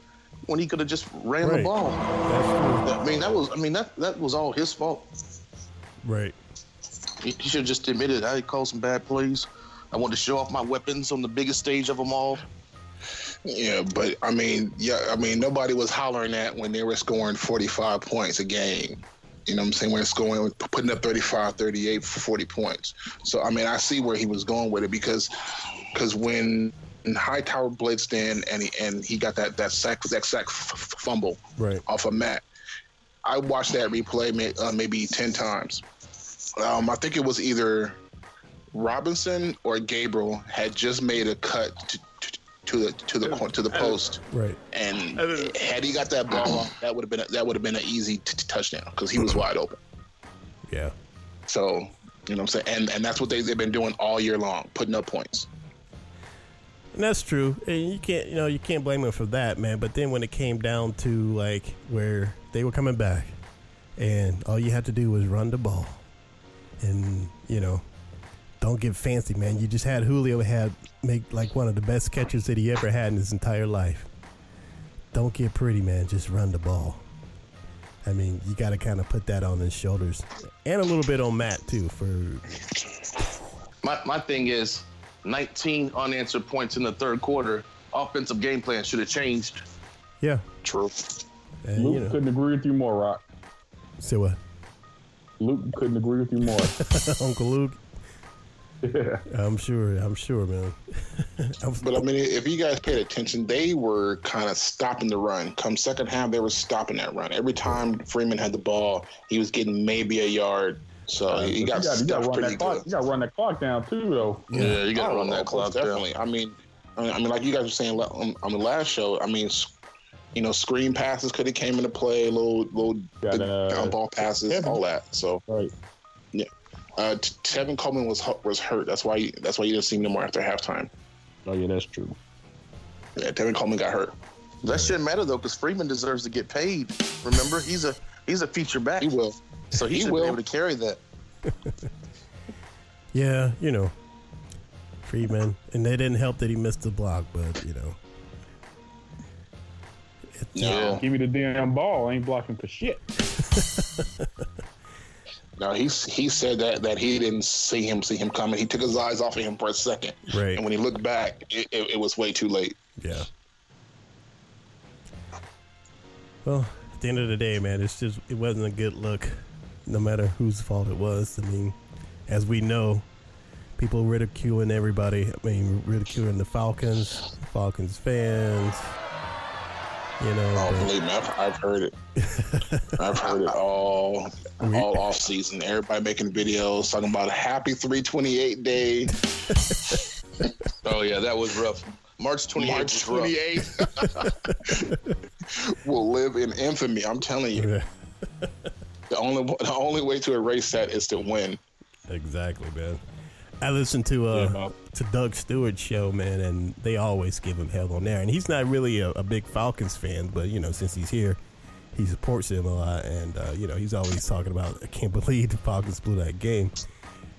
Speaker 3: when he could have just ran
Speaker 2: Right.
Speaker 3: the ball.
Speaker 2: that's
Speaker 3: I mean, that was I mean that that was all his fault.
Speaker 2: true. right.
Speaker 3: He, he should have just admitted I called some bad plays. I wanted to show off my weapons on the biggest stage of them all.
Speaker 6: Yeah, but I mean, yeah, I mean, nobody was hollering that when they were scoring 45 points a game. You know what I'm saying? When it's going, putting up 35, 38, 40 points. So, I mean, I see where he was going with it because because when Hightower blitzed in and he, and he got that, that sack, that sack f- f- fumble
Speaker 2: Right.
Speaker 6: off of Matt, I watched that replay may, uh, maybe 10 times. Um, I think it was either Robinson or Gabriel had just made a cut to, to, to the to the to the post,
Speaker 2: Right.
Speaker 6: and had he got that ball, that would have been a, that would have been an easy t- t- touchdown because he was wide open.
Speaker 2: Yeah.
Speaker 6: So you know what I'm saying, and and that's what they, they've been doing all year long, putting up points.
Speaker 2: And that's true. And you can't, you know, you can't blame him for that, man. But then when it came down to like where they were coming back, and all you had to do was run the ball, and you know, don't get fancy, man. You just had Julio had make like one of the best catches that he ever had in his entire life. Don't get pretty, man. Just run the ball. I mean, you got to kind of put that on his shoulders, and a little bit on Matt too for
Speaker 3: My my thing is 19 unanswered points in the third quarter. Offensive game plan should have changed.
Speaker 2: yeah.
Speaker 6: True.
Speaker 2: And,
Speaker 4: Luke
Speaker 2: you know,
Speaker 4: couldn't agree with you more, Rock.
Speaker 2: say what,
Speaker 4: Luke couldn't agree with you
Speaker 6: (laughs)
Speaker 4: more.
Speaker 2: Uncle Luke.
Speaker 4: yeah.
Speaker 2: I'm sure. I'm sure, man. I was-
Speaker 6: But I mean, if you guys paid attention, they were kind of stopping the run. Come second half, they were stopping that run. Every time Freeman had the ball, he was getting maybe a yard. So Oh, he
Speaker 4: You
Speaker 6: got
Speaker 4: gotta- you gotta
Speaker 6: stuffed
Speaker 4: run
Speaker 6: pretty
Speaker 4: that
Speaker 6: good.
Speaker 4: clock. You gotta run that clock down too, though.
Speaker 3: Yeah, you got to
Speaker 6: Oh,
Speaker 3: run that
Speaker 6: of course,
Speaker 3: clock down.
Speaker 6: Definitely. I mean, I mean, I mean, like you guys were saying la- on, on the last show. I mean, s- you know, screen passes could have came into play, little little
Speaker 4: Got, uh,
Speaker 6: down ball passes,
Speaker 4: Tevin.
Speaker 6: all that. So
Speaker 4: Right.
Speaker 6: uh, T- Tevin Coleman was hu- was hurt. That's why you, that's why you didn't see him no more after halftime.
Speaker 4: Oh yeah, that's true.
Speaker 6: Yeah, Tevin Coleman got hurt.
Speaker 3: That shouldn't matter though, because Freeman deserves to get paid. Remember, he's a he's a feature back,
Speaker 6: He will.
Speaker 3: so he,
Speaker 6: he
Speaker 3: should
Speaker 6: will.
Speaker 3: be able to carry that.
Speaker 2: yeah, you know, Freeman, and they didn't help that he missed the block, but you know, It-
Speaker 6: No,
Speaker 4: Give me the damn ball. I ain't blocking for shit.
Speaker 6: no. He s- he said that that he didn't see him see him coming. He took his eyes off of him for a second,
Speaker 2: right?
Speaker 6: and when he looked back, it, it, it was way too late.
Speaker 2: Yeah. Well, at the end of the day, man, it's just it wasn't a good look, no matter whose fault it was. I mean, as we know, people ridiculing everybody. I mean, ridiculing the Falcons, Falcons fans. You know,
Speaker 6: Oh,
Speaker 2: but-
Speaker 6: believe me, I've, I've heard it. I've heard it all
Speaker 2: We-
Speaker 6: all off season. Everybody making videos talking about a happy 328 day,
Speaker 3: Oh yeah, that was rough. March 28th was
Speaker 6: March
Speaker 3: rough.
Speaker 6: 28th. (laughs) will live in infamy. I'm telling you,
Speaker 2: Yeah,
Speaker 6: the only the only way to erase that is to win.
Speaker 2: exactly, man. I listened to uh
Speaker 4: Yeah, Bob.
Speaker 2: to Doug Stewart's show, man, and they always give him hell on there. And he's not really a, a big Falcons fan, but you know, since he's here, he supports him a lot. And uh, you know, he's always talking about, I can't believe the Falcons blew that game.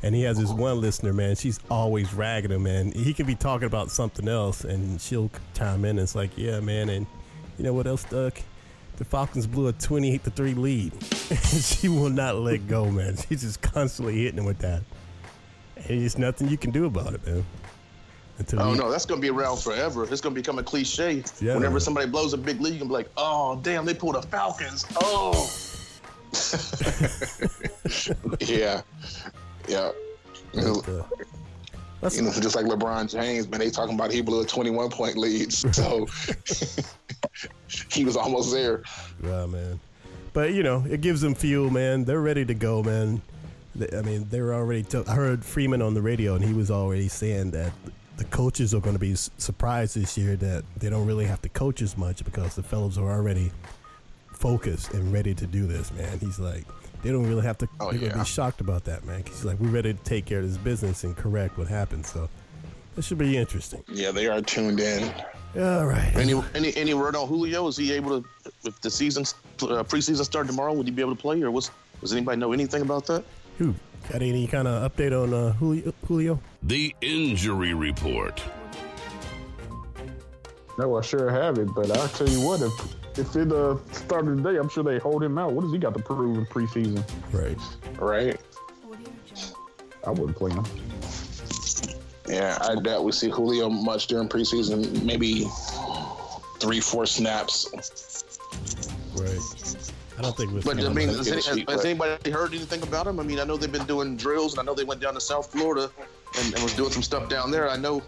Speaker 2: And he has
Speaker 4: Uh-huh.
Speaker 2: this one listener, man. She's always ragging him, man. He could be talking about something else, and she'll chime in. And it's like, yeah, man. And you know what else, Doug? The Falcons blew a 28 to 3 lead. (laughs) she will not let go, man. She's just constantly hitting him with that. And there's nothing you can do about it, man. Until
Speaker 3: Oh
Speaker 2: we-
Speaker 3: no, that's gonna be around forever. It's gonna become a cliche.
Speaker 2: Yeah,
Speaker 3: Whenever
Speaker 2: man.
Speaker 3: somebody blows a big lead, you can be like, "Oh damn, they pulled the Falcons."
Speaker 2: (laughs)
Speaker 3: Oh,
Speaker 6: (laughs) Yeah, yeah.
Speaker 2: but, uh, let's-
Speaker 6: You know, just like LeBron James, man, they talking about he blew a 21 point lead. (laughs) So he was almost there.
Speaker 2: Yeah, man. But you know, it gives them fuel, man. They're ready to go, man. They- I mean, they're already. T- I heard Freeman on the radio, and he was already saying that the coaches are going to be s- surprised this year that they don't really have to coach as much because the fellows are already focused and ready to do this, man. He's like, they don't really have to.
Speaker 6: Oh,
Speaker 2: they're going to
Speaker 6: yeah.
Speaker 2: be shocked about that, man. 'Cause He's like, we're ready to take care of this business and correct what happened. So this should be interesting.
Speaker 6: Yeah, they are tuned in.
Speaker 2: All right.
Speaker 3: any any any word on Julio? Is he able to? If the season uh, preseason started tomorrow, would he be able to play? Or what's does anybody know anything about that?
Speaker 2: Who got any kind of update on uh, Julio? Julio?
Speaker 5: The injury report.
Speaker 4: No, I sure have it, but I'll tell you what, if if it uh, started today, I'm sure they hold him out. What has he got to prove in preseason?
Speaker 2: Right.
Speaker 6: Right.
Speaker 4: I wouldn't play him.
Speaker 6: Yeah, I doubt we see Julio much during preseason. Maybe three, four snaps.
Speaker 2: Right. I don't think we're.
Speaker 3: But I
Speaker 2: seeing
Speaker 3: mean,
Speaker 2: him.
Speaker 3: has, any, has, has anybody heard anything about him? I mean, I know they've been doing drills, and I know they went down to South Florida and, and was doing some stuff down there. I know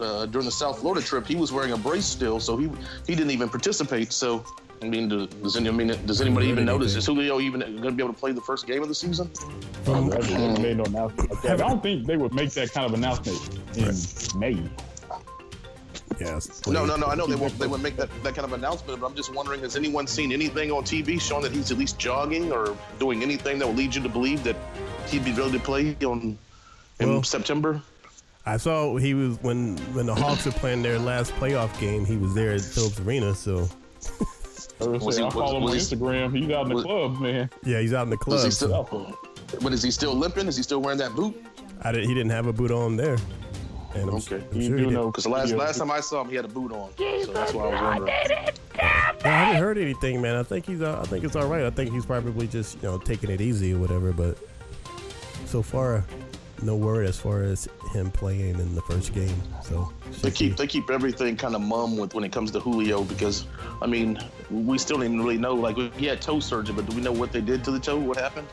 Speaker 3: uh, during the South Florida trip, he was wearing a brace still, so he he didn't even participate. So, I mean, do- does any, I mean, does anybody
Speaker 2: heard
Speaker 3: even notice?
Speaker 2: anything.
Speaker 3: Is Julio even going to be able to play the first game of the season?
Speaker 2: From-
Speaker 4: They wouldn't make no announcement like that. I don't think they would make that kind of announcement in May.
Speaker 2: yes.
Speaker 3: No, no, no. I know they won't. They won't make that, that kind of announcement. But I'm just wondering, has anyone seen anything on TV showing that he's at least jogging or doing anything that will lead you to believe that he'd be able to play on in
Speaker 2: Well-
Speaker 3: September?
Speaker 2: I saw he was when when the Hawks were playing their last playoff game. He was there at Phillips Arena. So
Speaker 4: I was
Speaker 3: Was he-
Speaker 4: saying, I follow him on
Speaker 3: was-
Speaker 4: Instagram. He's out in the
Speaker 3: was-
Speaker 4: club, man.
Speaker 2: yeah, he's out in the
Speaker 3: Does
Speaker 2: club.
Speaker 3: he
Speaker 2: so
Speaker 3: still? But is he still limping? Is he still wearing that boot?
Speaker 2: I did, he didn't have a boot on there. And I'm,
Speaker 3: Okay.
Speaker 2: I'm
Speaker 4: You
Speaker 2: sure
Speaker 4: do
Speaker 2: he did.
Speaker 4: know-
Speaker 3: Because the last
Speaker 4: Yeah.
Speaker 3: last time I saw him, he had a boot on. So that's why I was wondering.
Speaker 2: No, I haven't heard anything, man. I think he's uh, I think it's all right. I think he's probably just you know taking it easy or whatever. But so far, no word as far as him playing in the first game. So
Speaker 3: They keep they keep everything kind of mum with when it comes to Julio because I mean we still didn't really know like he had toe surgery but do we know what they did to the toe what happened?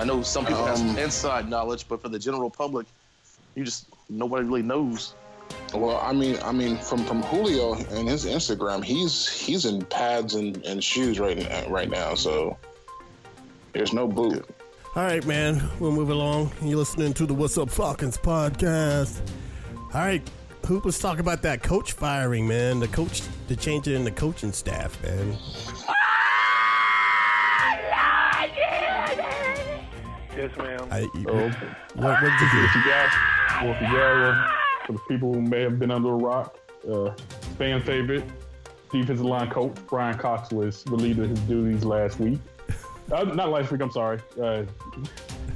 Speaker 3: I know some people have some
Speaker 6: Um,
Speaker 3: inside knowledge but for the general public you just nobody really knows.
Speaker 6: Well, I mean, I mean, from from Julio and his Instagram, he's he's in pads and, and shoes right now, right now. So there's no boot.
Speaker 2: All right, man. We'll move along. You're listening to the What's Up Falcons podcast. All right, Hoop, let's talk about that coach firing, man. The coach, the change in the coaching staff, man.
Speaker 7: Yes, ma'am.
Speaker 2: I, you,
Speaker 4: So,
Speaker 2: what, what did you
Speaker 4: if you guys, well, if you guys, uh, for the people who may have been under a rock, uh, fan favorite defensive line coach Brian Cox was relieved of his duties last week. Uh, not last week, I'm sorry. Uh,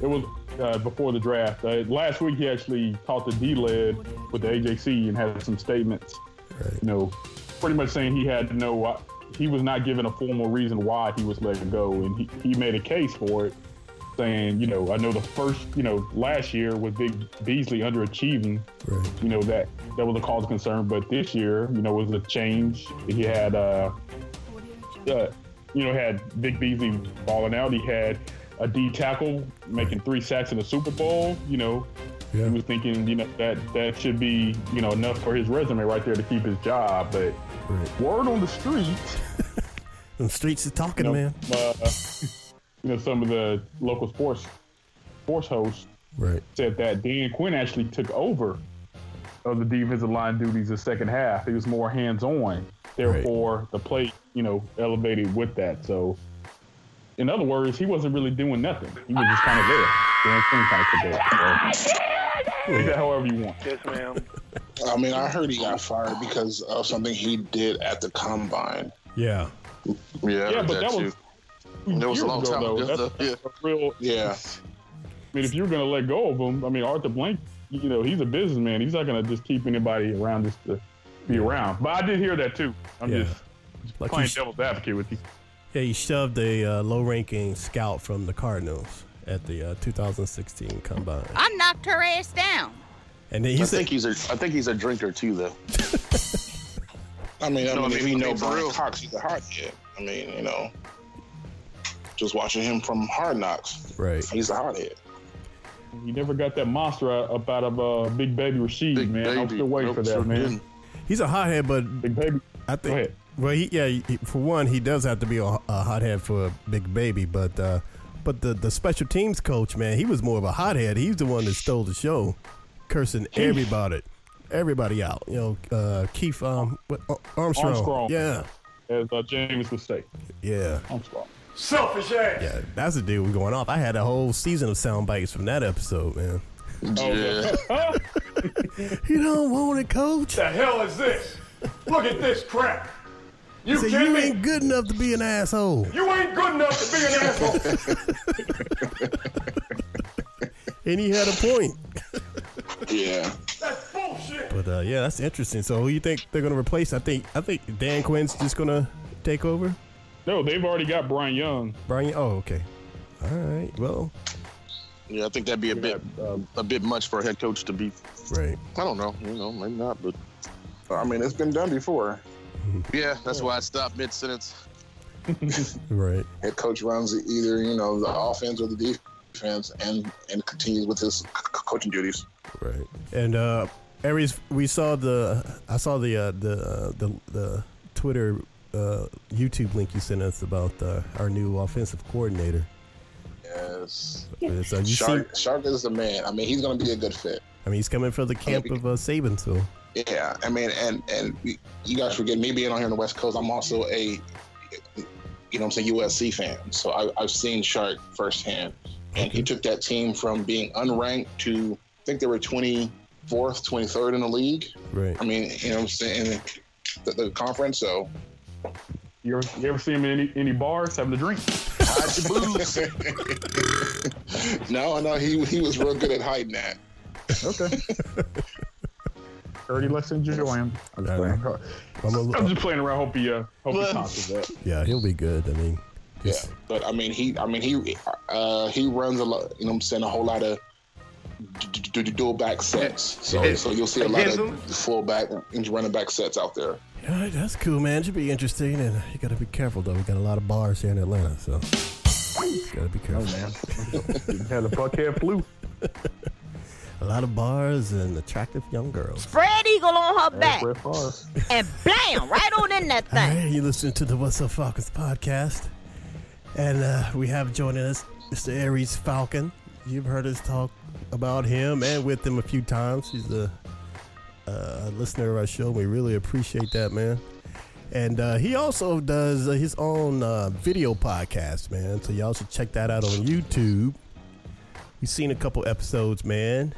Speaker 4: it was uh, before the draft. Uh, last week, he actually talked to D-Led with the AJC and had some statements. You know, pretty much saying he had no, uh, he was not given a formal reason why he was let go, and he, he made a case for it saying, you know, I know the first, you know, last year with Big Beasley underachieving,
Speaker 2: do? Right.
Speaker 4: you know, that that was a cause of concern. But this year, you know, was a change. He had, uh, uh, you know, had Big Beasley balling out. He had a D tackle making three sacks in the Super Bowl. You know,
Speaker 2: Yeah.
Speaker 4: he was thinking, you know, that that should be, you know, enough for his resume right there to keep his job. But
Speaker 2: Right.
Speaker 4: word on the street.
Speaker 2: Them streets is talking,
Speaker 4: you know,
Speaker 2: man.
Speaker 4: uh, you know, some of the local sports sports hosts
Speaker 2: Right.
Speaker 4: said that Dan Quinn actually took over of the defensive line duties the second half. He was more hands on. Therefore, the play, you know, elevated with that. So, in other words, he wasn't really doing nothing. He was just kind of there. Dan Quinn kind of took over. So, take that however you want.
Speaker 7: Yes, ma'am.
Speaker 6: I mean, I heard he got fired because of something he did at the combine.
Speaker 2: Yeah.
Speaker 3: Yeah,
Speaker 4: Yeah, but that was.
Speaker 3: That was a
Speaker 4: years
Speaker 3: long
Speaker 4: ago,
Speaker 3: time
Speaker 4: though.
Speaker 3: ago,
Speaker 4: That's
Speaker 3: though. Yeah.
Speaker 4: a real
Speaker 6: Yeah,
Speaker 4: I mean, if you're going to let go of him, I mean, Arthur Blank, you know, he's a businessman. He's not going to just keep anybody around just to be around. But I did hear that too. I'm
Speaker 2: Yeah.
Speaker 4: just, just
Speaker 2: Like
Speaker 4: playing
Speaker 2: you-
Speaker 4: devil's advocate with you.
Speaker 2: Yeah, he shoved a uh, low-ranking scout from the Cardinals at the uh, 2016 combine,
Speaker 8: I knocked her ass down.
Speaker 2: and then he
Speaker 3: I
Speaker 2: said,
Speaker 3: think he's a I think he's a drinker too, though.
Speaker 6: I mean, I
Speaker 3: No,
Speaker 6: mean,
Speaker 3: I
Speaker 6: if
Speaker 3: mean-
Speaker 6: you
Speaker 3: I
Speaker 6: know
Speaker 3: mean, for
Speaker 6: Brian
Speaker 3: real.
Speaker 6: Cox, he's a hard kid. I mean, you know, just watching him from Hard Knocks,
Speaker 2: "Right,
Speaker 6: he's a hard head.
Speaker 4: You never got that monster out, up out of uh, Big Baby Rashid,
Speaker 3: Big
Speaker 4: man. I'm
Speaker 3: baby.
Speaker 4: still waiting
Speaker 3: Nope,
Speaker 4: for that,
Speaker 3: sure
Speaker 4: man.
Speaker 3: didn't.
Speaker 2: he's a hothead, but
Speaker 4: Big Baby.
Speaker 2: I
Speaker 4: Go
Speaker 2: think
Speaker 4: ahead.
Speaker 2: Well, he, yeah. He, for one, he does have to be a, a hothead for a big baby, but uh, but the the special teams coach, man, he was more of a hothead. He's the one that stole the show, cursing everybody, everybody out. You know, uh, Keith um, what, Ar- Armstrong.
Speaker 4: Armstrong.
Speaker 2: Yeah,
Speaker 4: As uh, James would say.
Speaker 2: yeah,
Speaker 4: I'm sorry.
Speaker 2: yeah. That's the dude we're going off. I had a whole season of sound bites from that episode, man.
Speaker 3: Yeah.
Speaker 2: (laughs) You don't want it, coach.
Speaker 9: The hell is this? Look at this crap. You
Speaker 2: Say,
Speaker 9: kidding
Speaker 2: you
Speaker 9: me?
Speaker 2: ain't good enough to be an asshole.
Speaker 9: You ain't good enough to be an asshole.
Speaker 2: (laughs) And he had a point.
Speaker 6: Yeah.
Speaker 9: That's bullshit.
Speaker 2: But uh, yeah, that's interesting. So who you think they're gonna replace? I think I think Dan Quinn's just gonna take over.
Speaker 4: No, they've already got Brian Young.
Speaker 2: Brian. Oh, okay. All right. Well,
Speaker 3: yeah, I think that'd be a bit um, a bit much for a head coach to be.
Speaker 2: right.
Speaker 3: I don't know, you know, maybe not, but
Speaker 6: I mean, it's been done before.
Speaker 3: yeah, that's why I stopped mid sentence.
Speaker 2: Right.
Speaker 6: Head coach runs either you know the offense or the defense, and and continues with his c- c- coaching duties.
Speaker 2: Right. And uh, Aries, we saw the I saw the uh, the uh, the the Twitter uh, YouTube link you sent us about uh, our new offensive coordinator.
Speaker 6: Yes.
Speaker 2: It's, uh, you see,
Speaker 6: Shark, Shark is the man. I mean, he's going to be a good fit.
Speaker 2: I mean, he's coming from
Speaker 4: Oh,
Speaker 2: the camp of uh, Saban, so
Speaker 6: Yeah, I mean, and and we- you guys forget me being on here on the West Coast. I'm also a, you know, what I'm saying USC fan, so I, I've seen Shark firsthand, and he took that team from being unranked to I think they were 24th, 23rd in the league.
Speaker 2: right.
Speaker 6: I mean, you know, what I'm saying the, the conference. So
Speaker 4: You ever, you ever see him in any, any bars having a drink?
Speaker 3: Hide your boobs.
Speaker 6: no, no, he he was real good at hiding that.
Speaker 4: Okay. Already let's enjoy him. I'm just
Speaker 2: All right.
Speaker 4: playing,
Speaker 2: I'm a,
Speaker 4: I'm
Speaker 2: little-
Speaker 4: just playing around. Hope he, uh, hope he
Speaker 3: Well-
Speaker 4: conquers that.
Speaker 2: (laughs) yeah, he'll be good. I mean,
Speaker 6: Yeah, but I mean, he, I mean, he, uh, he runs a lot. You know, what I'm saying a whole lot of d- d- d- dual back sets. So, so you'll see a lot of full back and running back sets out there.
Speaker 2: All right, that's cool, man. It should be interesting, and uh, you gotta be careful though. We got a lot of bars here in Atlanta, so gotta
Speaker 4: Oh,
Speaker 2: be careful.
Speaker 4: Had the Buckhead flu.
Speaker 2: A lot of bars and attractive young girls.
Speaker 8: Spread eagle on her back
Speaker 4: Brett Favre.
Speaker 8: and blam right on in that
Speaker 2: All
Speaker 8: thing.
Speaker 2: right, you listen to the What's Up Falcons podcast, and uh, we have joining us Mr. Aries Falcon. You've heard us talk about him and with him a few times. He's a, a listener of our show. We really appreciate that, man. And uh, he also does uh, his own uh, video podcast, man. So y'all should check that out on YouTube. We've seen a couple episodes, man.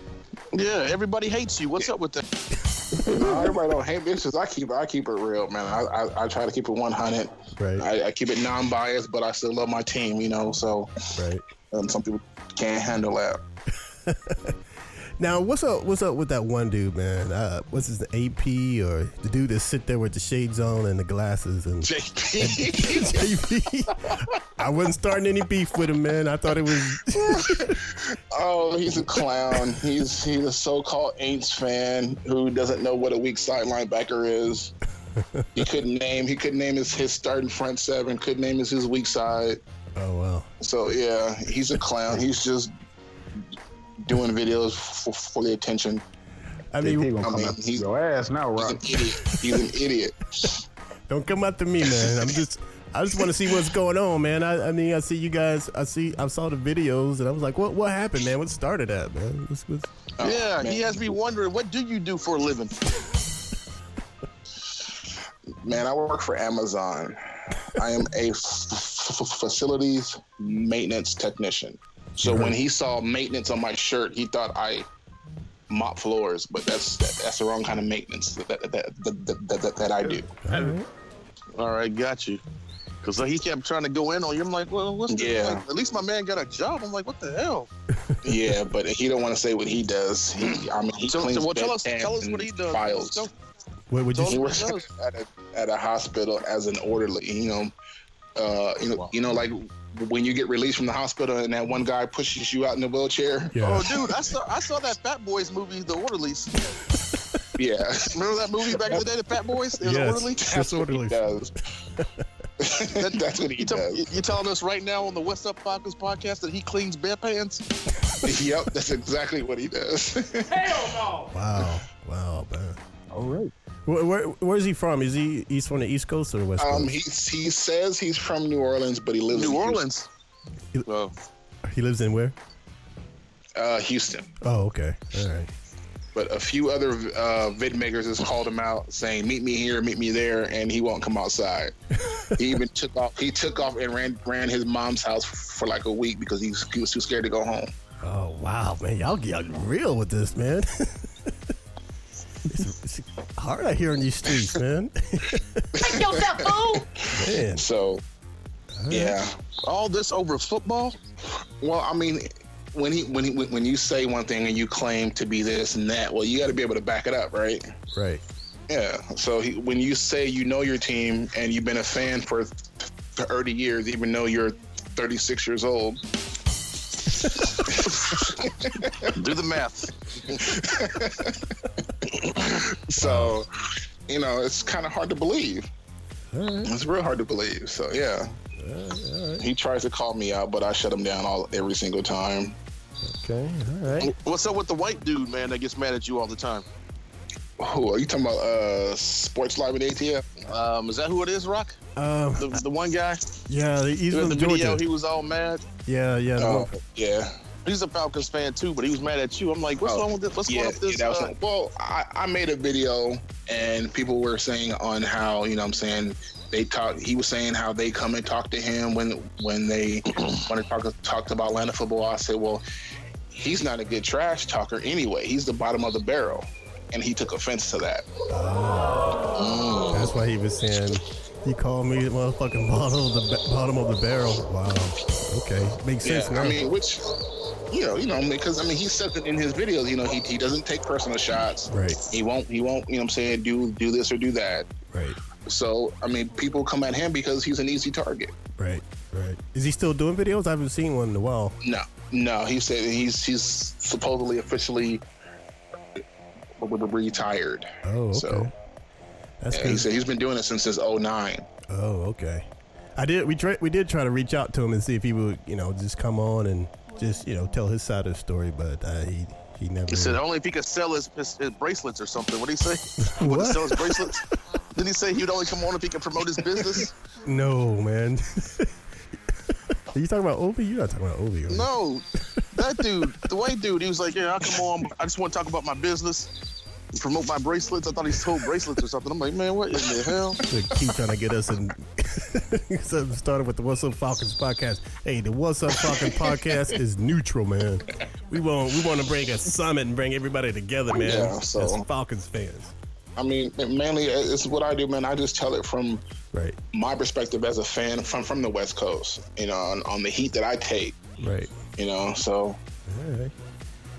Speaker 3: yeah, everybody hates you. What's up with that?
Speaker 6: No, everybody don't hate bitches. I keep, I keep it real, man. I, I, I try to keep it 100.
Speaker 2: Right,
Speaker 6: I, I keep it non-biased, but I still love my team. You know, so
Speaker 2: right.
Speaker 6: um, some people can't handle (laughs) that.
Speaker 2: Now, what's up? What's up with that one dude, man? Uh, what's his AP or the dude that sit there with the shades on and the glasses and (laughs)
Speaker 3: JP.
Speaker 2: JP? I wasn't starting any beef with him, man. I thought it was
Speaker 6: Oh, he's a clown. he's he's a so-called Aints fan who doesn't know what a weak side linebacker is. He couldn't name. He couldn't name his his starting front seven. Couldn't name his his weak side.
Speaker 2: oh wow,
Speaker 6: So yeah, he's a clown. He's just doing videos for, for the attention.
Speaker 2: I
Speaker 4: He
Speaker 2: mean,
Speaker 4: gonna
Speaker 6: I
Speaker 4: come
Speaker 6: mean,
Speaker 4: out
Speaker 6: he's-
Speaker 4: your ass now,
Speaker 6: He's an
Speaker 4: Rock.
Speaker 6: idiot. He's an idiot.
Speaker 2: don't come up to me, man. I'm just, I just want to see what's going on, man. I, I mean, I see you guys. I see, I saw the videos, and I was like, what, what happened, man? What started that, man? What's, what's,
Speaker 3: yeah, he
Speaker 6: Oh, man.
Speaker 3: has me wondering, what do you do for a living?
Speaker 6: Man, I work for Amazon. I am a f- f- f- facilities maintenance technician. So when he saw maintenance on my shirt, he thought I mop floors, but that's that's the wrong kind of maintenance that that that, that, that, that, that I do.
Speaker 3: All right, got you. Cause he kept trying to go in on you. I'm like, well, what's the,
Speaker 6: Yeah.
Speaker 3: like, at least my man got a job. I'm like, what the
Speaker 6: (laughs)
Speaker 3: hell?
Speaker 6: yeah, but he don't want to say what he does. He, I mean, he
Speaker 3: So,
Speaker 6: cleans
Speaker 3: so well, tell us,
Speaker 6: bedpans
Speaker 3: tell us what
Speaker 6: and
Speaker 3: he does.
Speaker 6: Files.
Speaker 3: So-
Speaker 2: What would you?
Speaker 3: Tell us
Speaker 6: He
Speaker 2: say?
Speaker 3: what
Speaker 6: works
Speaker 3: he does.
Speaker 6: at a, at a hospital as an orderly. You know, uh, you know, you know, like when you get released from the hospital and that one guy pushes you out in the wheelchair.
Speaker 2: Yeah.
Speaker 3: Oh, dude, I saw I saw that Fat Boys movie, The Orderlies.
Speaker 6: Yeah,
Speaker 3: Remember that movie back in the day, The Fat Boys? They was
Speaker 2: Yes.
Speaker 3: orderly.
Speaker 6: that's (laughs) what
Speaker 2: Disorderly.
Speaker 6: he does. (laughs)
Speaker 3: (laughs)
Speaker 6: that's what he
Speaker 3: You tell,
Speaker 6: does.
Speaker 3: you you telling us right now on the What's Up Falcons podcast that he cleans bedpans?
Speaker 6: yep, that's exactly what he does.
Speaker 3: (laughs)
Speaker 9: Hell
Speaker 2: Wow, wow, man.
Speaker 4: All right.
Speaker 2: Where, where, where's he from? Is he he's from the East Coast or the West Coast?
Speaker 6: um, he he says he's from New Orleans, but he lives in
Speaker 3: New
Speaker 6: Houston.
Speaker 3: Orleans. Oh,
Speaker 2: he lives in where?
Speaker 6: Uh, Houston.
Speaker 2: Oh, okay. All right.
Speaker 6: But a few other uh, vid makers has called him out, saying, "Meet me here, meet me there," and he won't come
Speaker 3: (laughs)
Speaker 6: outside. he even took off. He took off and ran ran his mom's house for like a week because he was, he was too scared to go home.
Speaker 2: Oh wow, man, y'all y'all real with this, man. it's, (laughs) it's hard out here in these streets, man. (laughs)
Speaker 8: Check yourself, fool.
Speaker 2: man.
Speaker 6: So, yeah.
Speaker 3: all this over football?
Speaker 6: Well, I mean, when he when he when you say one thing and you claim to be this and that, well, you got to be able to back it up, right?
Speaker 2: Right.
Speaker 6: Yeah. So he, when you say you know your team and you've been a fan for 30 years, even though you're 36 years old,
Speaker 3: Do the math.
Speaker 6: so you know it's kind of hard to believe.
Speaker 2: All right.
Speaker 6: It's real hard to believe. So yeah, he tries to call me out, but I shut him down all every single time.
Speaker 2: Okay. All right.
Speaker 3: What's up with the white dude, man, that gets mad at you all the time?
Speaker 6: Who are you talking about? Uh, Sports Live at ATF?
Speaker 3: Um, is that who it is, Rock?
Speaker 2: Um.
Speaker 3: The, the one guy?
Speaker 2: Yeah. He's
Speaker 3: In
Speaker 2: from
Speaker 3: the
Speaker 2: Georgia.
Speaker 3: video, he was all mad.
Speaker 2: yeah. Yeah. the one-
Speaker 6: Oh, yeah.
Speaker 3: He's a Falcons fan too, but he was mad at you. I'm like, what's
Speaker 6: Oh,
Speaker 3: wrong with this? What's
Speaker 6: yeah,
Speaker 3: going on with this?
Speaker 6: yeah, that was
Speaker 3: uh,
Speaker 6: like- well, I, I made a video and people were saying on how you know what I'm saying they talk. He was saying how they come and talk to him when
Speaker 2: (clears throat)
Speaker 6: when they want to talk talked about Atlanta football. I said, well, he's not a good trash talker anyway. He's the bottom of the barrel, and he took offense to that. Oh.
Speaker 2: That's why he was saying. He called me the motherfucking bottom of the ba- bottom of the barrel. Wow. Okay. Makes sense now.
Speaker 6: I mean, which you know, you know, because I mean, he says it in his videos. You know, he, he doesn't take personal shots.
Speaker 2: Right.
Speaker 6: He won't. He won't. You know, what I'm saying do do this or do that.
Speaker 2: right.
Speaker 6: So I mean, people come at him because he's an easy target.
Speaker 2: Right. Right. Is he still doing videos? I haven't seen one in a while.
Speaker 6: No, no. He said he's he's supposedly officially retired.
Speaker 2: Oh. Okay.
Speaker 6: So
Speaker 2: That's
Speaker 6: yeah,
Speaker 2: good.
Speaker 6: he said he's been doing it since his 09.
Speaker 2: Oh, okay. I did. We tried. We did try to reach out to him and see if he would, you know, just come on and just, you know, tell his side of the story. But uh, he he never.
Speaker 3: he said only if he could sell his, his, his bracelets or something. What did he say? Would he
Speaker 2: what?
Speaker 3: sell his bracelets? Didn't he say he would only come on if he could promote his business?
Speaker 2: No, man. (laughs) Are you talking about Ovi? You're not talking about Ovi. Right?
Speaker 3: No, that dude, the white dude, he was like, "Yeah, I'll come on. but I just want to talk about my business, and promote my bracelets." I thought he sold bracelets or something. I'm like, man, what in the hell?
Speaker 2: They keep trying to get us in. (laughs) so started with the What's Up Falcons podcast. Hey, the What's Up Falcons podcast is neutral, man. We want we want to bring a summit and bring everybody together, man.
Speaker 6: Yeah, so-
Speaker 2: As Falcons fans,
Speaker 6: I mean, mainly it's what I do, man. I just tell it from
Speaker 2: right?
Speaker 6: my perspective as a fan from from the West Coast. You know, on, on the heat that I take.
Speaker 2: Right.
Speaker 6: You know, so
Speaker 2: All right.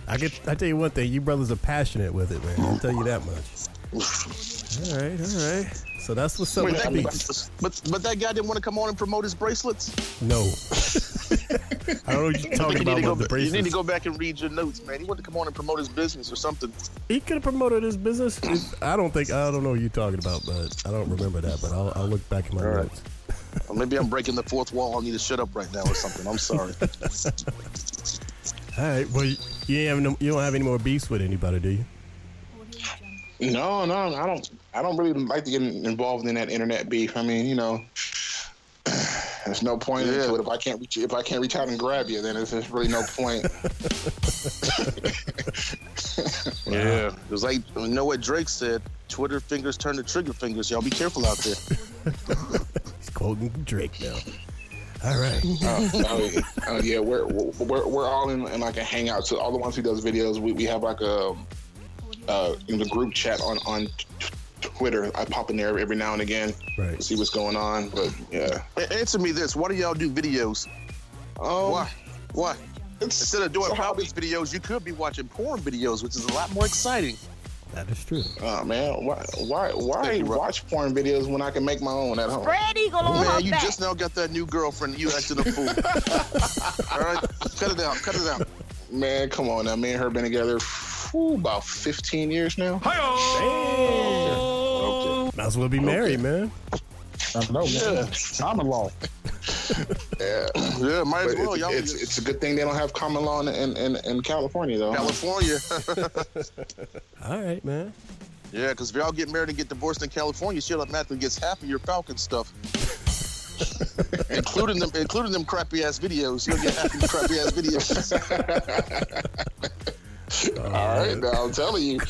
Speaker 2: I get. I tell you one thing. You brothers are passionate with it, man. I'll tell you that much. All right. All right. So that's what's up
Speaker 3: (laughs) Wait,
Speaker 2: with
Speaker 3: that,
Speaker 2: me.
Speaker 3: but but that guy didn't want to come on and promote his bracelets.
Speaker 6: (laughs)
Speaker 2: No. I don't know what you're talking
Speaker 3: You need,
Speaker 2: about
Speaker 3: to go,
Speaker 2: with the
Speaker 3: you need to
Speaker 2: bracelets.
Speaker 3: go back and read your notes, man. He wanted to come on and promote his business or something.
Speaker 2: He could have promoted his business. If- I don't think. I don't know what you're talking about, but I don't remember that. But I'll, I'll look back in my
Speaker 3: All right.
Speaker 2: notes.
Speaker 3: Or maybe I'm breaking the fourth wall. I need to shut up right now or something.
Speaker 2: (laughs)
Speaker 3: I'm sorry.
Speaker 2: All right. Well, you, you ain't have no, you don't have any more beefs with anybody, do you?
Speaker 6: no, no, I don't. I don't really like to get involved in that internet beef. I mean, you know. There's no point
Speaker 3: Yeah.
Speaker 6: into it if I can't reach if I can't reach out and grab you, then there's there's really no point.
Speaker 3: Yeah, it was like you know what Drake said: Twitter fingers turn to trigger fingers. Y'all be careful out there.
Speaker 2: He's quoting Drake now. All
Speaker 10: (laughs)
Speaker 2: right.
Speaker 10: Uh,
Speaker 6: Oh, oh, oh, yeah, we're we're we're all in, in like a hangout. So all the ones who does videos, we, we have like a uh, in the group chat on on
Speaker 10: Twitter. I pop in there every now and again
Speaker 2: right.
Speaker 10: to see what's going on. But yeah,
Speaker 6: A- answer me this: Why do y'all do videos?
Speaker 10: um,
Speaker 6: Why? Why?
Speaker 10: It's,
Speaker 6: Instead of doing
Speaker 10: it's a hobby.
Speaker 6: hobbies videos, you could be watching porn videos, which is a lot more exciting.
Speaker 2: That is true.
Speaker 10: Oh man, why why why
Speaker 6: Thank you, bro.
Speaker 10: watch porn videos when I can make my own at home?
Speaker 8: Red Eagle on
Speaker 6: Man,
Speaker 8: her
Speaker 6: you
Speaker 8: back.
Speaker 6: just now got that new girlfriend. You acting a (laughs) fool. All right, cut it out. Cut it out.
Speaker 10: Man, come on now. Me and her been together whew, about 15 years now. Okay.
Speaker 2: Might as well be married, man.
Speaker 4: I know.
Speaker 10: Yeah.
Speaker 4: Common law.
Speaker 10: Yeah.
Speaker 6: Yeah, might
Speaker 10: But
Speaker 6: as well.
Speaker 10: it's,
Speaker 6: Y'all
Speaker 10: it's,
Speaker 6: just-
Speaker 10: it's a good thing they don't have common law in, in, in, in California, though.
Speaker 6: California.
Speaker 2: All right, man.
Speaker 6: yeah, because if y'all get married and get divorced in California, she automatically gets half of your Falcon
Speaker 10: (laughs)
Speaker 6: stuff. including them including them crappy ass videos. You'll get half of the crappy ass videos.
Speaker 10: All right, now I'm telling you.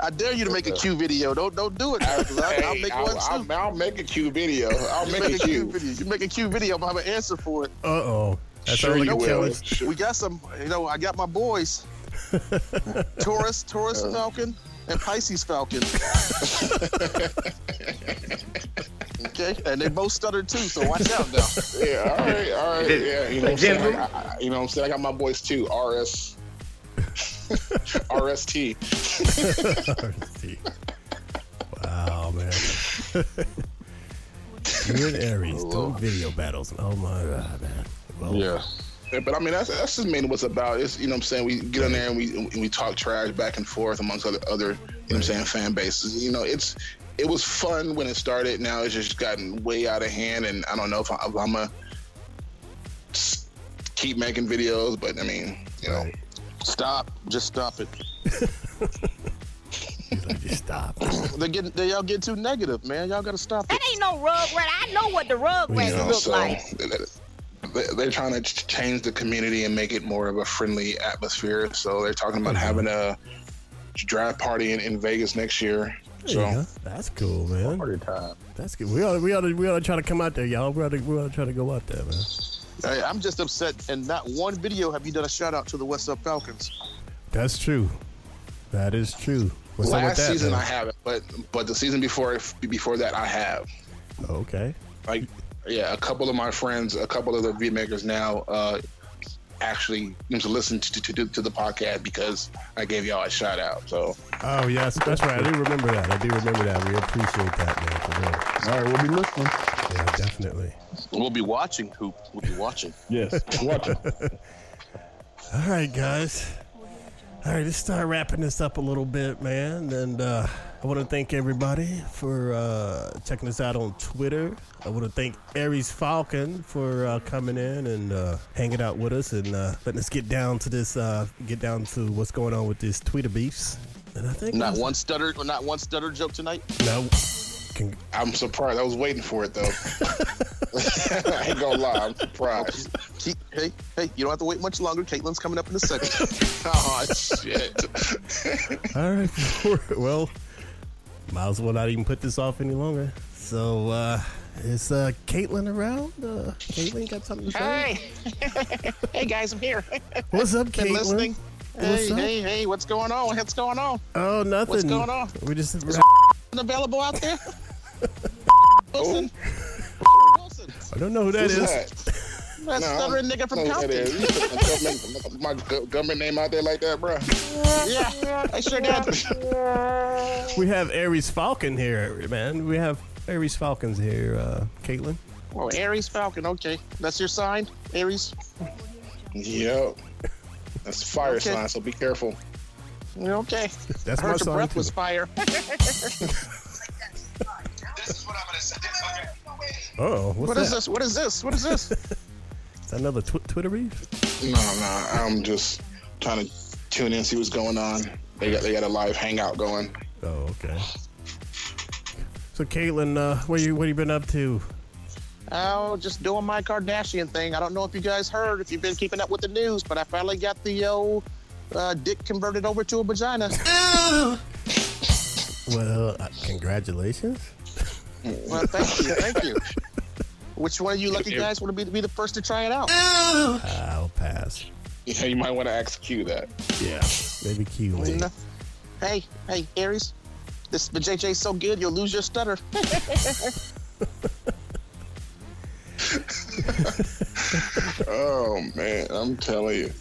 Speaker 6: I dare you to make a Q video. Don't don't do it because I'll, I'll
Speaker 10: Hey,
Speaker 6: make
Speaker 10: I'll,
Speaker 6: one
Speaker 10: I'll-
Speaker 6: too.
Speaker 10: I'll make a Q video. I'll
Speaker 6: You
Speaker 10: make, a Q.
Speaker 6: video. You make a Q video. I'm gonna have an answer for it.
Speaker 2: Uh oh. That
Speaker 10: Sure
Speaker 2: sounds like
Speaker 10: you
Speaker 2: a
Speaker 10: will.
Speaker 2: killer.
Speaker 10: Sure.
Speaker 6: We got some. You know, I got my boys. Taurus, Taurus Falcon, and Pisces (laughs) Falcon. okay, and they both stuttered too. So watch out now.
Speaker 10: Yeah, all right, all
Speaker 6: (laughs)
Speaker 10: right. Yeah, you know what I'm saying? I, I, you know what I'm saying? I got my boys too. (laughs) RS. RST. (laughs)
Speaker 2: wow, man. (laughs) you and Aries doing video battles. Oh my god, man. Well,
Speaker 10: Oh, Yeah. But I mean, that's that's just mainly what's about. It's you know what I'm saying. We get on there and we and we talk trash back and forth amongst other other you know what I'm saying fan bases. You know, it's it was fun when it started. Now it's just gotten way out of hand, and I don't know if, I, if I'm gonna s- keep making videos. But I mean, you know,
Speaker 2: Right.
Speaker 6: Stop. Just stop it.
Speaker 2: I just
Speaker 10: (laughs)
Speaker 2: stop.
Speaker 6: They get. They y'all get too negative, man. Y'all gotta stop it.
Speaker 8: That ain't no rug rat. I know what the rug
Speaker 2: We
Speaker 8: rats
Speaker 10: you know,
Speaker 8: look
Speaker 10: so
Speaker 8: like.
Speaker 10: they- they're trying to ch- change the community and make it more of a friendly atmosphere. So they're talking about having a drive party in, in Vegas next year.
Speaker 2: There
Speaker 10: So.
Speaker 2: you go. That's cool, man.
Speaker 4: Party time.
Speaker 2: That's good. We ought, we ought to we ought to try to come out there, y'all. We ought to we ought to try to go out there, man.
Speaker 6: Hey, I'm just upset, and not one video have you done a shout out to the West Up Falcons.
Speaker 2: That's true. That is true. What's up with
Speaker 10: Last
Speaker 2: that?
Speaker 10: season
Speaker 2: man?
Speaker 10: I haven't, but but the season before before that I have.
Speaker 2: okay.
Speaker 10: Like yeah, a couple of my friends, a couple of the beat makers now uh, actually used to listen to, to, to, to the podcast because I gave y'all a shout out. So
Speaker 2: Oh yes, that's right. I do remember that. I do remember that. We appreciate that, man. For real.
Speaker 4: All right, we'll be listening.
Speaker 2: Yeah, definitely.
Speaker 6: We'll be watching. Hoop. We'll be watching.
Speaker 4: Yes, watch it.
Speaker 2: All right, guys. All right, let's start wrapping this up a little bit, man. And uh, I want to thank everybody for uh, checking us out on Twitter. I want to thank Aries Falcon for uh, coming in and uh, hanging out with us and uh, letting us get down to this, uh, get down to what's going on with this Twitter beefs. And I think
Speaker 6: Not
Speaker 2: that's-
Speaker 6: one stutter. or Not one stutter joke tonight.
Speaker 2: No. Con-
Speaker 10: I'm surprised. I was waiting for it though.
Speaker 6: (laughs)
Speaker 10: I ain't gonna lie, I'm surprised.
Speaker 6: Keep, hey, hey, you don't have to wait much longer. Caitlin's coming up in a (laughs) second.
Speaker 10: Oh shit.
Speaker 2: All right. (laughs) well, might as well not even put this off any longer. So, uh, is uh, Caitlin around? Uh, Caitlin got something to say?
Speaker 8: Hey. (laughs) hey guys, I'm here.
Speaker 2: What's up,
Speaker 6: Been
Speaker 2: Caitlin?
Speaker 6: listening.
Speaker 2: What's
Speaker 6: Hey,
Speaker 2: up?
Speaker 6: hey, hey, what's going on? What's going on?
Speaker 2: Oh, nothing.
Speaker 6: What's going on?
Speaker 2: We just
Speaker 6: Available out (laughs) there? Oh. Wilson. Wilson.
Speaker 2: I don't know who that
Speaker 10: Who's
Speaker 2: is.
Speaker 10: that?
Speaker 6: That
Speaker 10: No,
Speaker 6: stuttering nigga
Speaker 10: No,
Speaker 6: from
Speaker 10: that
Speaker 6: Compton.
Speaker 10: is. You put my government- (laughs) My go- government name out there like that, bro.
Speaker 6: (laughs) Yeah, I sure did. (laughs)
Speaker 2: We have Aries Falcon here, man. We have Aries Falcons here, uh, Caitlin.
Speaker 6: Oh, Aries Falcon. Okay, that's your sign, Aries.
Speaker 10: Yep. That's a fire
Speaker 6: Okay.
Speaker 10: sign, so be careful.
Speaker 6: Okay.
Speaker 2: That's my
Speaker 6: I heard your
Speaker 2: song.
Speaker 6: breath
Speaker 2: too.
Speaker 6: was fire.
Speaker 2: oh, what's
Speaker 6: What
Speaker 2: that?
Speaker 6: is this? What is this? What is this? (laughs)
Speaker 2: Is that another tw- Twitter beef?
Speaker 10: No, no, I'm just trying to tune in, see what's going on. They got they got a live hangout
Speaker 6: (laughs)
Speaker 10: going.
Speaker 2: Oh, okay. So, Caitlin, uh, what you what you been up to?
Speaker 6: Oh, just doing my Kardashian thing. I don't know if you guys heard, if you've been keeping up with the news, but I finally got the old uh, dick converted over to a vagina.
Speaker 2: Well, uh, congratulations.
Speaker 6: well, thank you, thank (laughs) you. Which one of you lucky guys want to be, be the first to try it out?
Speaker 2: I'll pass.
Speaker 10: Yeah, you might want to ask Q that.
Speaker 2: Yeah, maybe Q.
Speaker 6: No. Hey, hey, Aries,
Speaker 3: This but JJ's so good, you'll lose your stutter.
Speaker 6: oh man, I'm telling
Speaker 3: (laughs)
Speaker 6: you.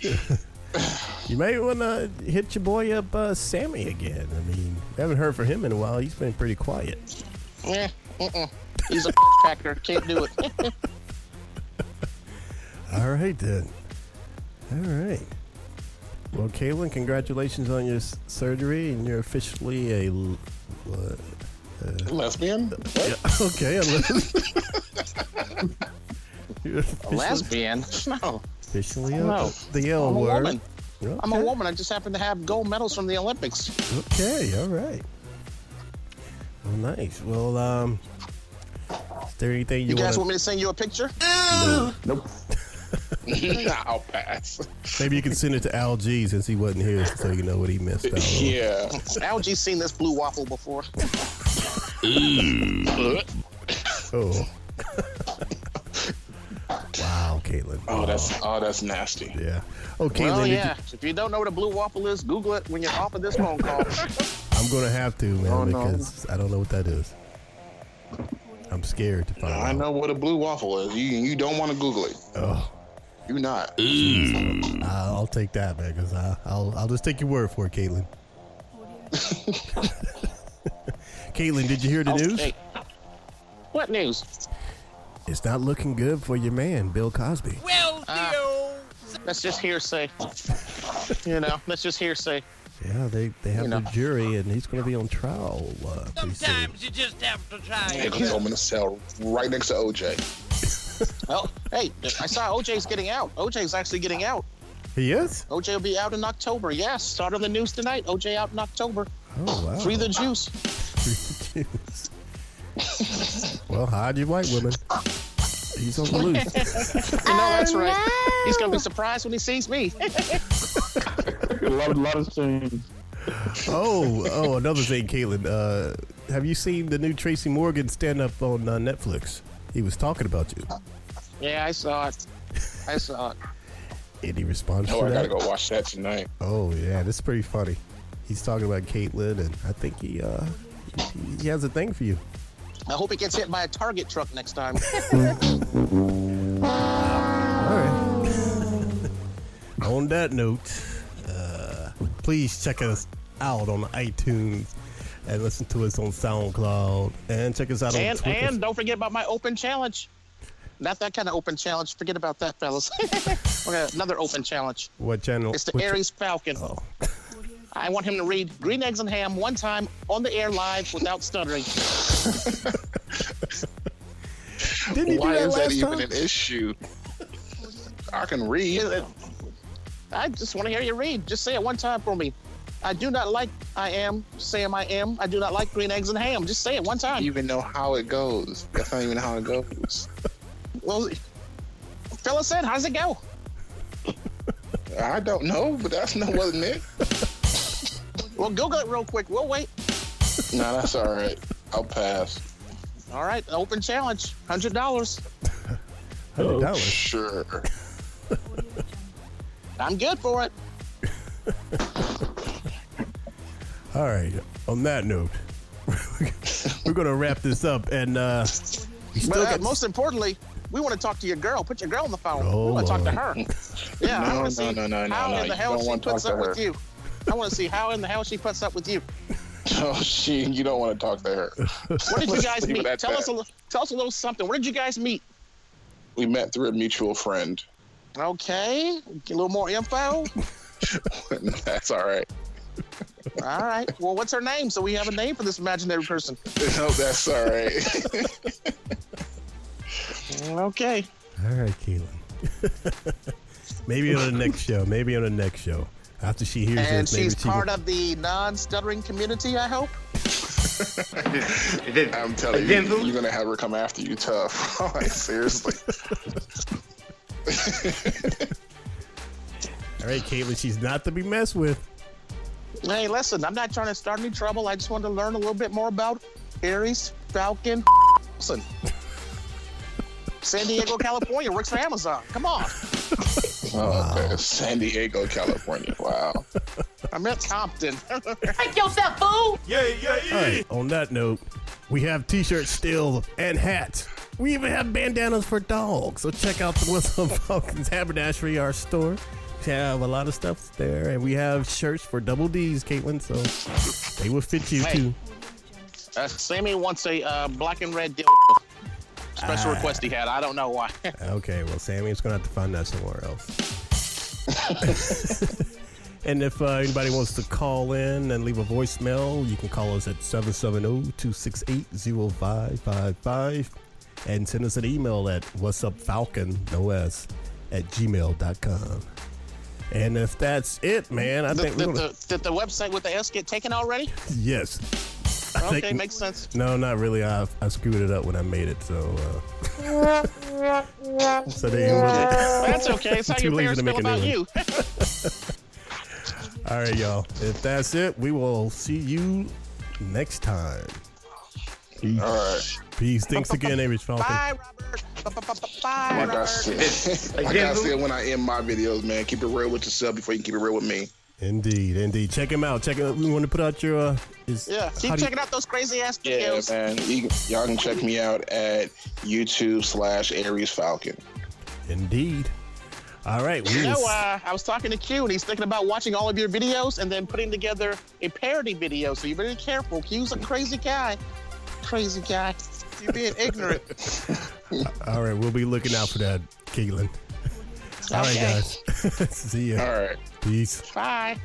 Speaker 2: You may want to hit your boy up, uh, Sammy, again. I mean, haven't heard from him in a while. He's been pretty quiet.
Speaker 3: Yeah, uh-uh. he's a packer. Can't do it.
Speaker 2: All right then. All right. Well, Caitlin, congratulations on your s- surgery, and you're officially a. l- what?
Speaker 6: Lesbian?
Speaker 2: Yeah, (laughs) okay, a lesbian. You're
Speaker 3: A
Speaker 2: officially,
Speaker 3: lesbian? (laughs) No,
Speaker 2: officially a-
Speaker 3: No.
Speaker 2: the L
Speaker 3: I'm a
Speaker 2: word.
Speaker 3: woman.
Speaker 2: Okay.
Speaker 3: I'm a woman. I just happen to have gold medals from the Olympics.
Speaker 2: Okay, all right. Well, nice. Well, um, is there anything you,
Speaker 3: You guys
Speaker 2: wanna-
Speaker 3: want me to send you a
Speaker 6: (laughs)
Speaker 3: picture?
Speaker 4: Nope.
Speaker 6: nah, (laughs) I'll pass.
Speaker 2: Maybe you can send it to Al G since he wasn't here, so you know what he missed out on.
Speaker 6: Yeah.
Speaker 3: Algie's seen this blue waffle before.
Speaker 2: Oh. (laughs) wow, Caitlin.
Speaker 6: Oh, that's oh, that's nasty.
Speaker 2: yeah. Oh, Caitlin,
Speaker 3: well,
Speaker 2: did you-
Speaker 3: yeah. If you don't know what a blue waffle is, Google it when you're off of this phone
Speaker 6: (laughs)
Speaker 3: call.
Speaker 2: I'm gonna have to, man,
Speaker 3: Oh, no.
Speaker 2: because I don't know what that is. I'm scared to find out.
Speaker 6: I know what a blue waffle is. You you don't want to Google it.
Speaker 2: Oh,
Speaker 6: You not.
Speaker 2: I'll I'll take that, man, because I'll I'll just take your word for it, Caitlin. (laughs) Caitlin, did you hear the news?
Speaker 3: Okay. What news?
Speaker 2: It's not looking good for your man, Bill Cosby.
Speaker 8: Uh,
Speaker 3: That's just hearsay. you know, that's just hearsay.
Speaker 2: Yeah, they they have
Speaker 3: You know.
Speaker 2: a jury, and he's going to be on trial. Uh, pretty soon.
Speaker 11: Sometimes you just have to try.
Speaker 6: Hey, he's home in a cell right next to OJ.
Speaker 3: Well, hey, I saw OJ's getting out. OJ's actually getting out.
Speaker 2: He is.
Speaker 3: OJ will be out in October. Yes, start on the news tonight. OJ out in October.
Speaker 2: Oh wow.
Speaker 3: Free the juice.
Speaker 2: Free the juice. (laughs) well, hide your white women. He's on the
Speaker 3: (laughs)
Speaker 2: loose.
Speaker 3: You know that's right. He's gonna be surprised when he sees me. (laughs)
Speaker 4: A lot, a lot of things.
Speaker 2: oh, oh, another thing, Caitlin. Uh, have you seen the new Tracy Morgan stand up on uh, Netflix? He was talking about you.
Speaker 3: yeah, I saw it. I saw
Speaker 6: uh,
Speaker 3: it.
Speaker 2: Any response
Speaker 6: Oh,
Speaker 2: to
Speaker 6: I
Speaker 2: that?
Speaker 6: gotta go watch that tonight.
Speaker 2: Oh yeah, that's pretty funny. He's talking about Caitlin, and I think he uh, he- he has a thing for you.
Speaker 3: I hope he gets hit by a Target truck next time.
Speaker 2: All right. on that note, uh, please check us out on iTunes and listen to us on SoundCloud and check us out on
Speaker 3: and
Speaker 2: Twitter.
Speaker 3: and don't forget about my open challenge. Not that kind of open challenge. Forget about that, fellas. (laughs) okay, another open challenge.
Speaker 2: what channel?
Speaker 3: It's the
Speaker 2: what
Speaker 3: Aries Falcon.
Speaker 2: Oh.
Speaker 3: I want him to read Green Eggs and Ham one time on the air live without stuttering.
Speaker 2: Didn't he do
Speaker 6: Why
Speaker 2: that
Speaker 6: is that
Speaker 2: last
Speaker 6: even
Speaker 2: time?
Speaker 6: an issue? I can read.
Speaker 3: I just want to hear you read. Just say it one time for me. I do not like I am Sam. I am. I do not like green eggs and ham. Just say it one time.
Speaker 6: You even know how it goes. That's not even how it goes.
Speaker 3: (laughs) well, fella said, how's it go?
Speaker 6: I don't know, but that's no wasn't it.
Speaker 3: Well, Google it real quick. We'll wait.
Speaker 6: No, that's all right. I'll pass.
Speaker 3: All right, open challenge, hundred dollars.
Speaker 2: Hundred dollars.
Speaker 6: Sure.
Speaker 3: I'm good for it.
Speaker 2: All right. On that note, (laughs) we're gonna wrap this up, and uh, we still
Speaker 3: But uh,
Speaker 2: got
Speaker 3: most importantly, we want to talk to your girl. Put your girl on the phone.
Speaker 2: Oh,
Speaker 3: we want to talk to her.
Speaker 6: Lord.
Speaker 3: Yeah, I
Speaker 6: (laughs) No,
Speaker 3: want to
Speaker 6: no,
Speaker 3: see
Speaker 6: no, no, no,
Speaker 3: how
Speaker 6: no.
Speaker 3: in the
Speaker 6: You
Speaker 3: hell
Speaker 6: don't
Speaker 3: she
Speaker 6: wanna talk
Speaker 3: puts
Speaker 6: to
Speaker 3: up with
Speaker 6: her.
Speaker 3: you. I want to see how in the hell she puts up with you.
Speaker 6: (laughs) Oh, she. You don't want to talk to
Speaker 3: (laughs)
Speaker 6: her.
Speaker 3: Where did you
Speaker 6: Let's
Speaker 3: guys
Speaker 6: leave it
Speaker 3: meet?
Speaker 6: at
Speaker 3: Tell
Speaker 6: that.
Speaker 3: us a li- tell us a little something. Where did you guys meet?
Speaker 6: We met through a mutual friend. (laughs)
Speaker 3: Okay, get a little more info.
Speaker 6: That's all right.
Speaker 3: All right. Well, what's her name? So we have a name for this imaginary person.
Speaker 6: No, that's all right.
Speaker 3: Okay.
Speaker 2: All right, Caitlin. (laughs) maybe on the next show. Maybe on the next show. After she hears
Speaker 3: And
Speaker 2: this, maybe
Speaker 3: she's
Speaker 2: she
Speaker 3: part of the non-stuttering community, I hope.
Speaker 6: I'm telling you, you're gonna have her come after you tough. (laughs) like seriously.
Speaker 2: All right, Caitlin. She's not to be messed with.
Speaker 3: Hey, listen, I'm not trying to start any trouble. I just wanted to learn a little bit more about Aries Falcon. Wilson. San Diego, California, works for Amazon. Come on.
Speaker 6: Oh, okay. San Diego, California. Wow.
Speaker 3: I'm at Compton.
Speaker 8: Take yourself, fool.
Speaker 9: Yeah, yeah, yeah.
Speaker 2: All right. On that note, we have t-shirts still and hats. We even have bandanas for dogs. So check out the What's Up Falcons Haberdashery, our store. We have a lot of stuff there, and we have shirts for double D's, Caitlin. So they will fit you
Speaker 3: Hey.
Speaker 2: too.
Speaker 3: uh, Sammy wants a uh, black and red deal. Special request he had. I don't know why.
Speaker 2: Okay, well, Sammy's gonna have to find that somewhere else. and if uh, anybody wants to call in and leave a voicemail, you can call us at oh, 770-268-0555 and send us an email at what's up falcon no s at gmail.com. And if that's it, man, I
Speaker 3: Did
Speaker 2: think
Speaker 3: the,
Speaker 2: we're
Speaker 3: the,
Speaker 2: gonna,
Speaker 3: the, the website with the S get taken already?
Speaker 2: yes. I
Speaker 3: Okay,
Speaker 2: think-
Speaker 3: makes sense.
Speaker 2: No, not really. I, I screwed it up when I made it, so uh, (laughs) so there you
Speaker 3: (laughs)
Speaker 2: went.
Speaker 3: That's okay. It's
Speaker 2: (laughs)
Speaker 3: how
Speaker 2: Too
Speaker 3: your
Speaker 2: lazy to make
Speaker 3: parents feel
Speaker 2: a new
Speaker 3: about
Speaker 2: one.
Speaker 3: you.
Speaker 2: All right, y'all. If that's it, we will see you next time.
Speaker 6: All right.
Speaker 2: Peace. Thanks again, Average Falcon.
Speaker 3: Bye, Robert. Bye,
Speaker 6: Like I
Speaker 3: Robert.
Speaker 6: said, like I said when I end my videos, man, keep it real with yourself before you keep it real with me.
Speaker 2: Indeed, indeed. Check him out. Check him out. We want to put out your. Uh, is,
Speaker 3: Yeah,
Speaker 2: how
Speaker 3: keep
Speaker 2: do you-
Speaker 3: checking out those crazy ass
Speaker 6: Yeah,
Speaker 3: videos.
Speaker 6: man. You, y'all can check me out at YouTube slash Aries Falcon.
Speaker 2: Indeed. All right. We
Speaker 3: You
Speaker 2: will
Speaker 3: know,
Speaker 2: s-
Speaker 3: uh, I was talking to Q, and he's thinking about watching all of your videos and then putting together a parody video. So you better be careful. Q's a crazy guy. Crazy guy. You're being ignorant.
Speaker 2: all right. We'll be looking out for that, Caitlin. All right, guys. (laughs) see ya.
Speaker 6: All right.
Speaker 2: Peace.
Speaker 3: Bye.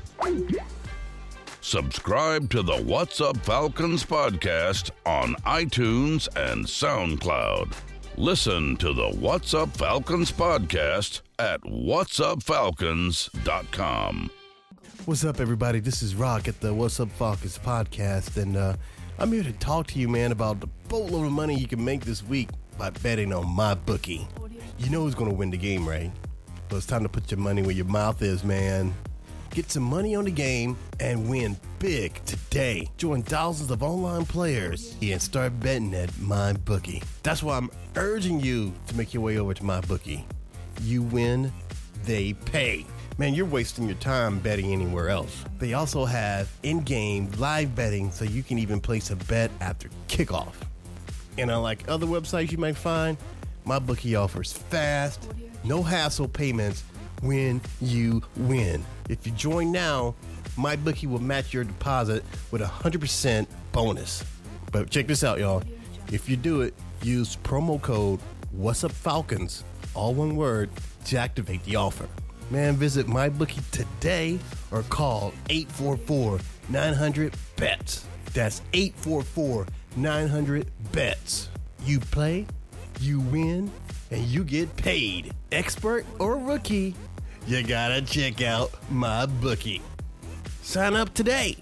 Speaker 5: Subscribe to the What's Up Falcons podcast on iTunes and SoundCloud. Listen to the What's Up Falcons podcast at whatsupfalcons.com.
Speaker 2: What's up, everybody? This is Rock at the What's Up Falcons podcast, and uh, I'm here to talk to you, man, about the boatload of money you can make this week by betting on my bookie. You know who's going to win the game, right? Well, it's time to put your money where your mouth is, man. Get some money on the game and win big today. Join thousands of online players and start betting at my bookie. That's why I'm urging you to make your way over to my bookie. You win, they pay. Man, you're wasting your time betting anywhere else. They also have in game live betting so you can even place a bet after kickoff. And unlike other websites you might find, my bookie offers fast, no hassle payments when you win. If you join now, my bookie will match your deposit with a 100% bonus. But check this out, y'all. If you do it, use promo code What's Up Falcons, all one word, to activate the offer. Man, visit MyBookie today or call 844 900 BETS. That's 844 900 BETS. You play, you win, and you get paid. Expert or rookie, you gotta check out MyBookie. Sign up today.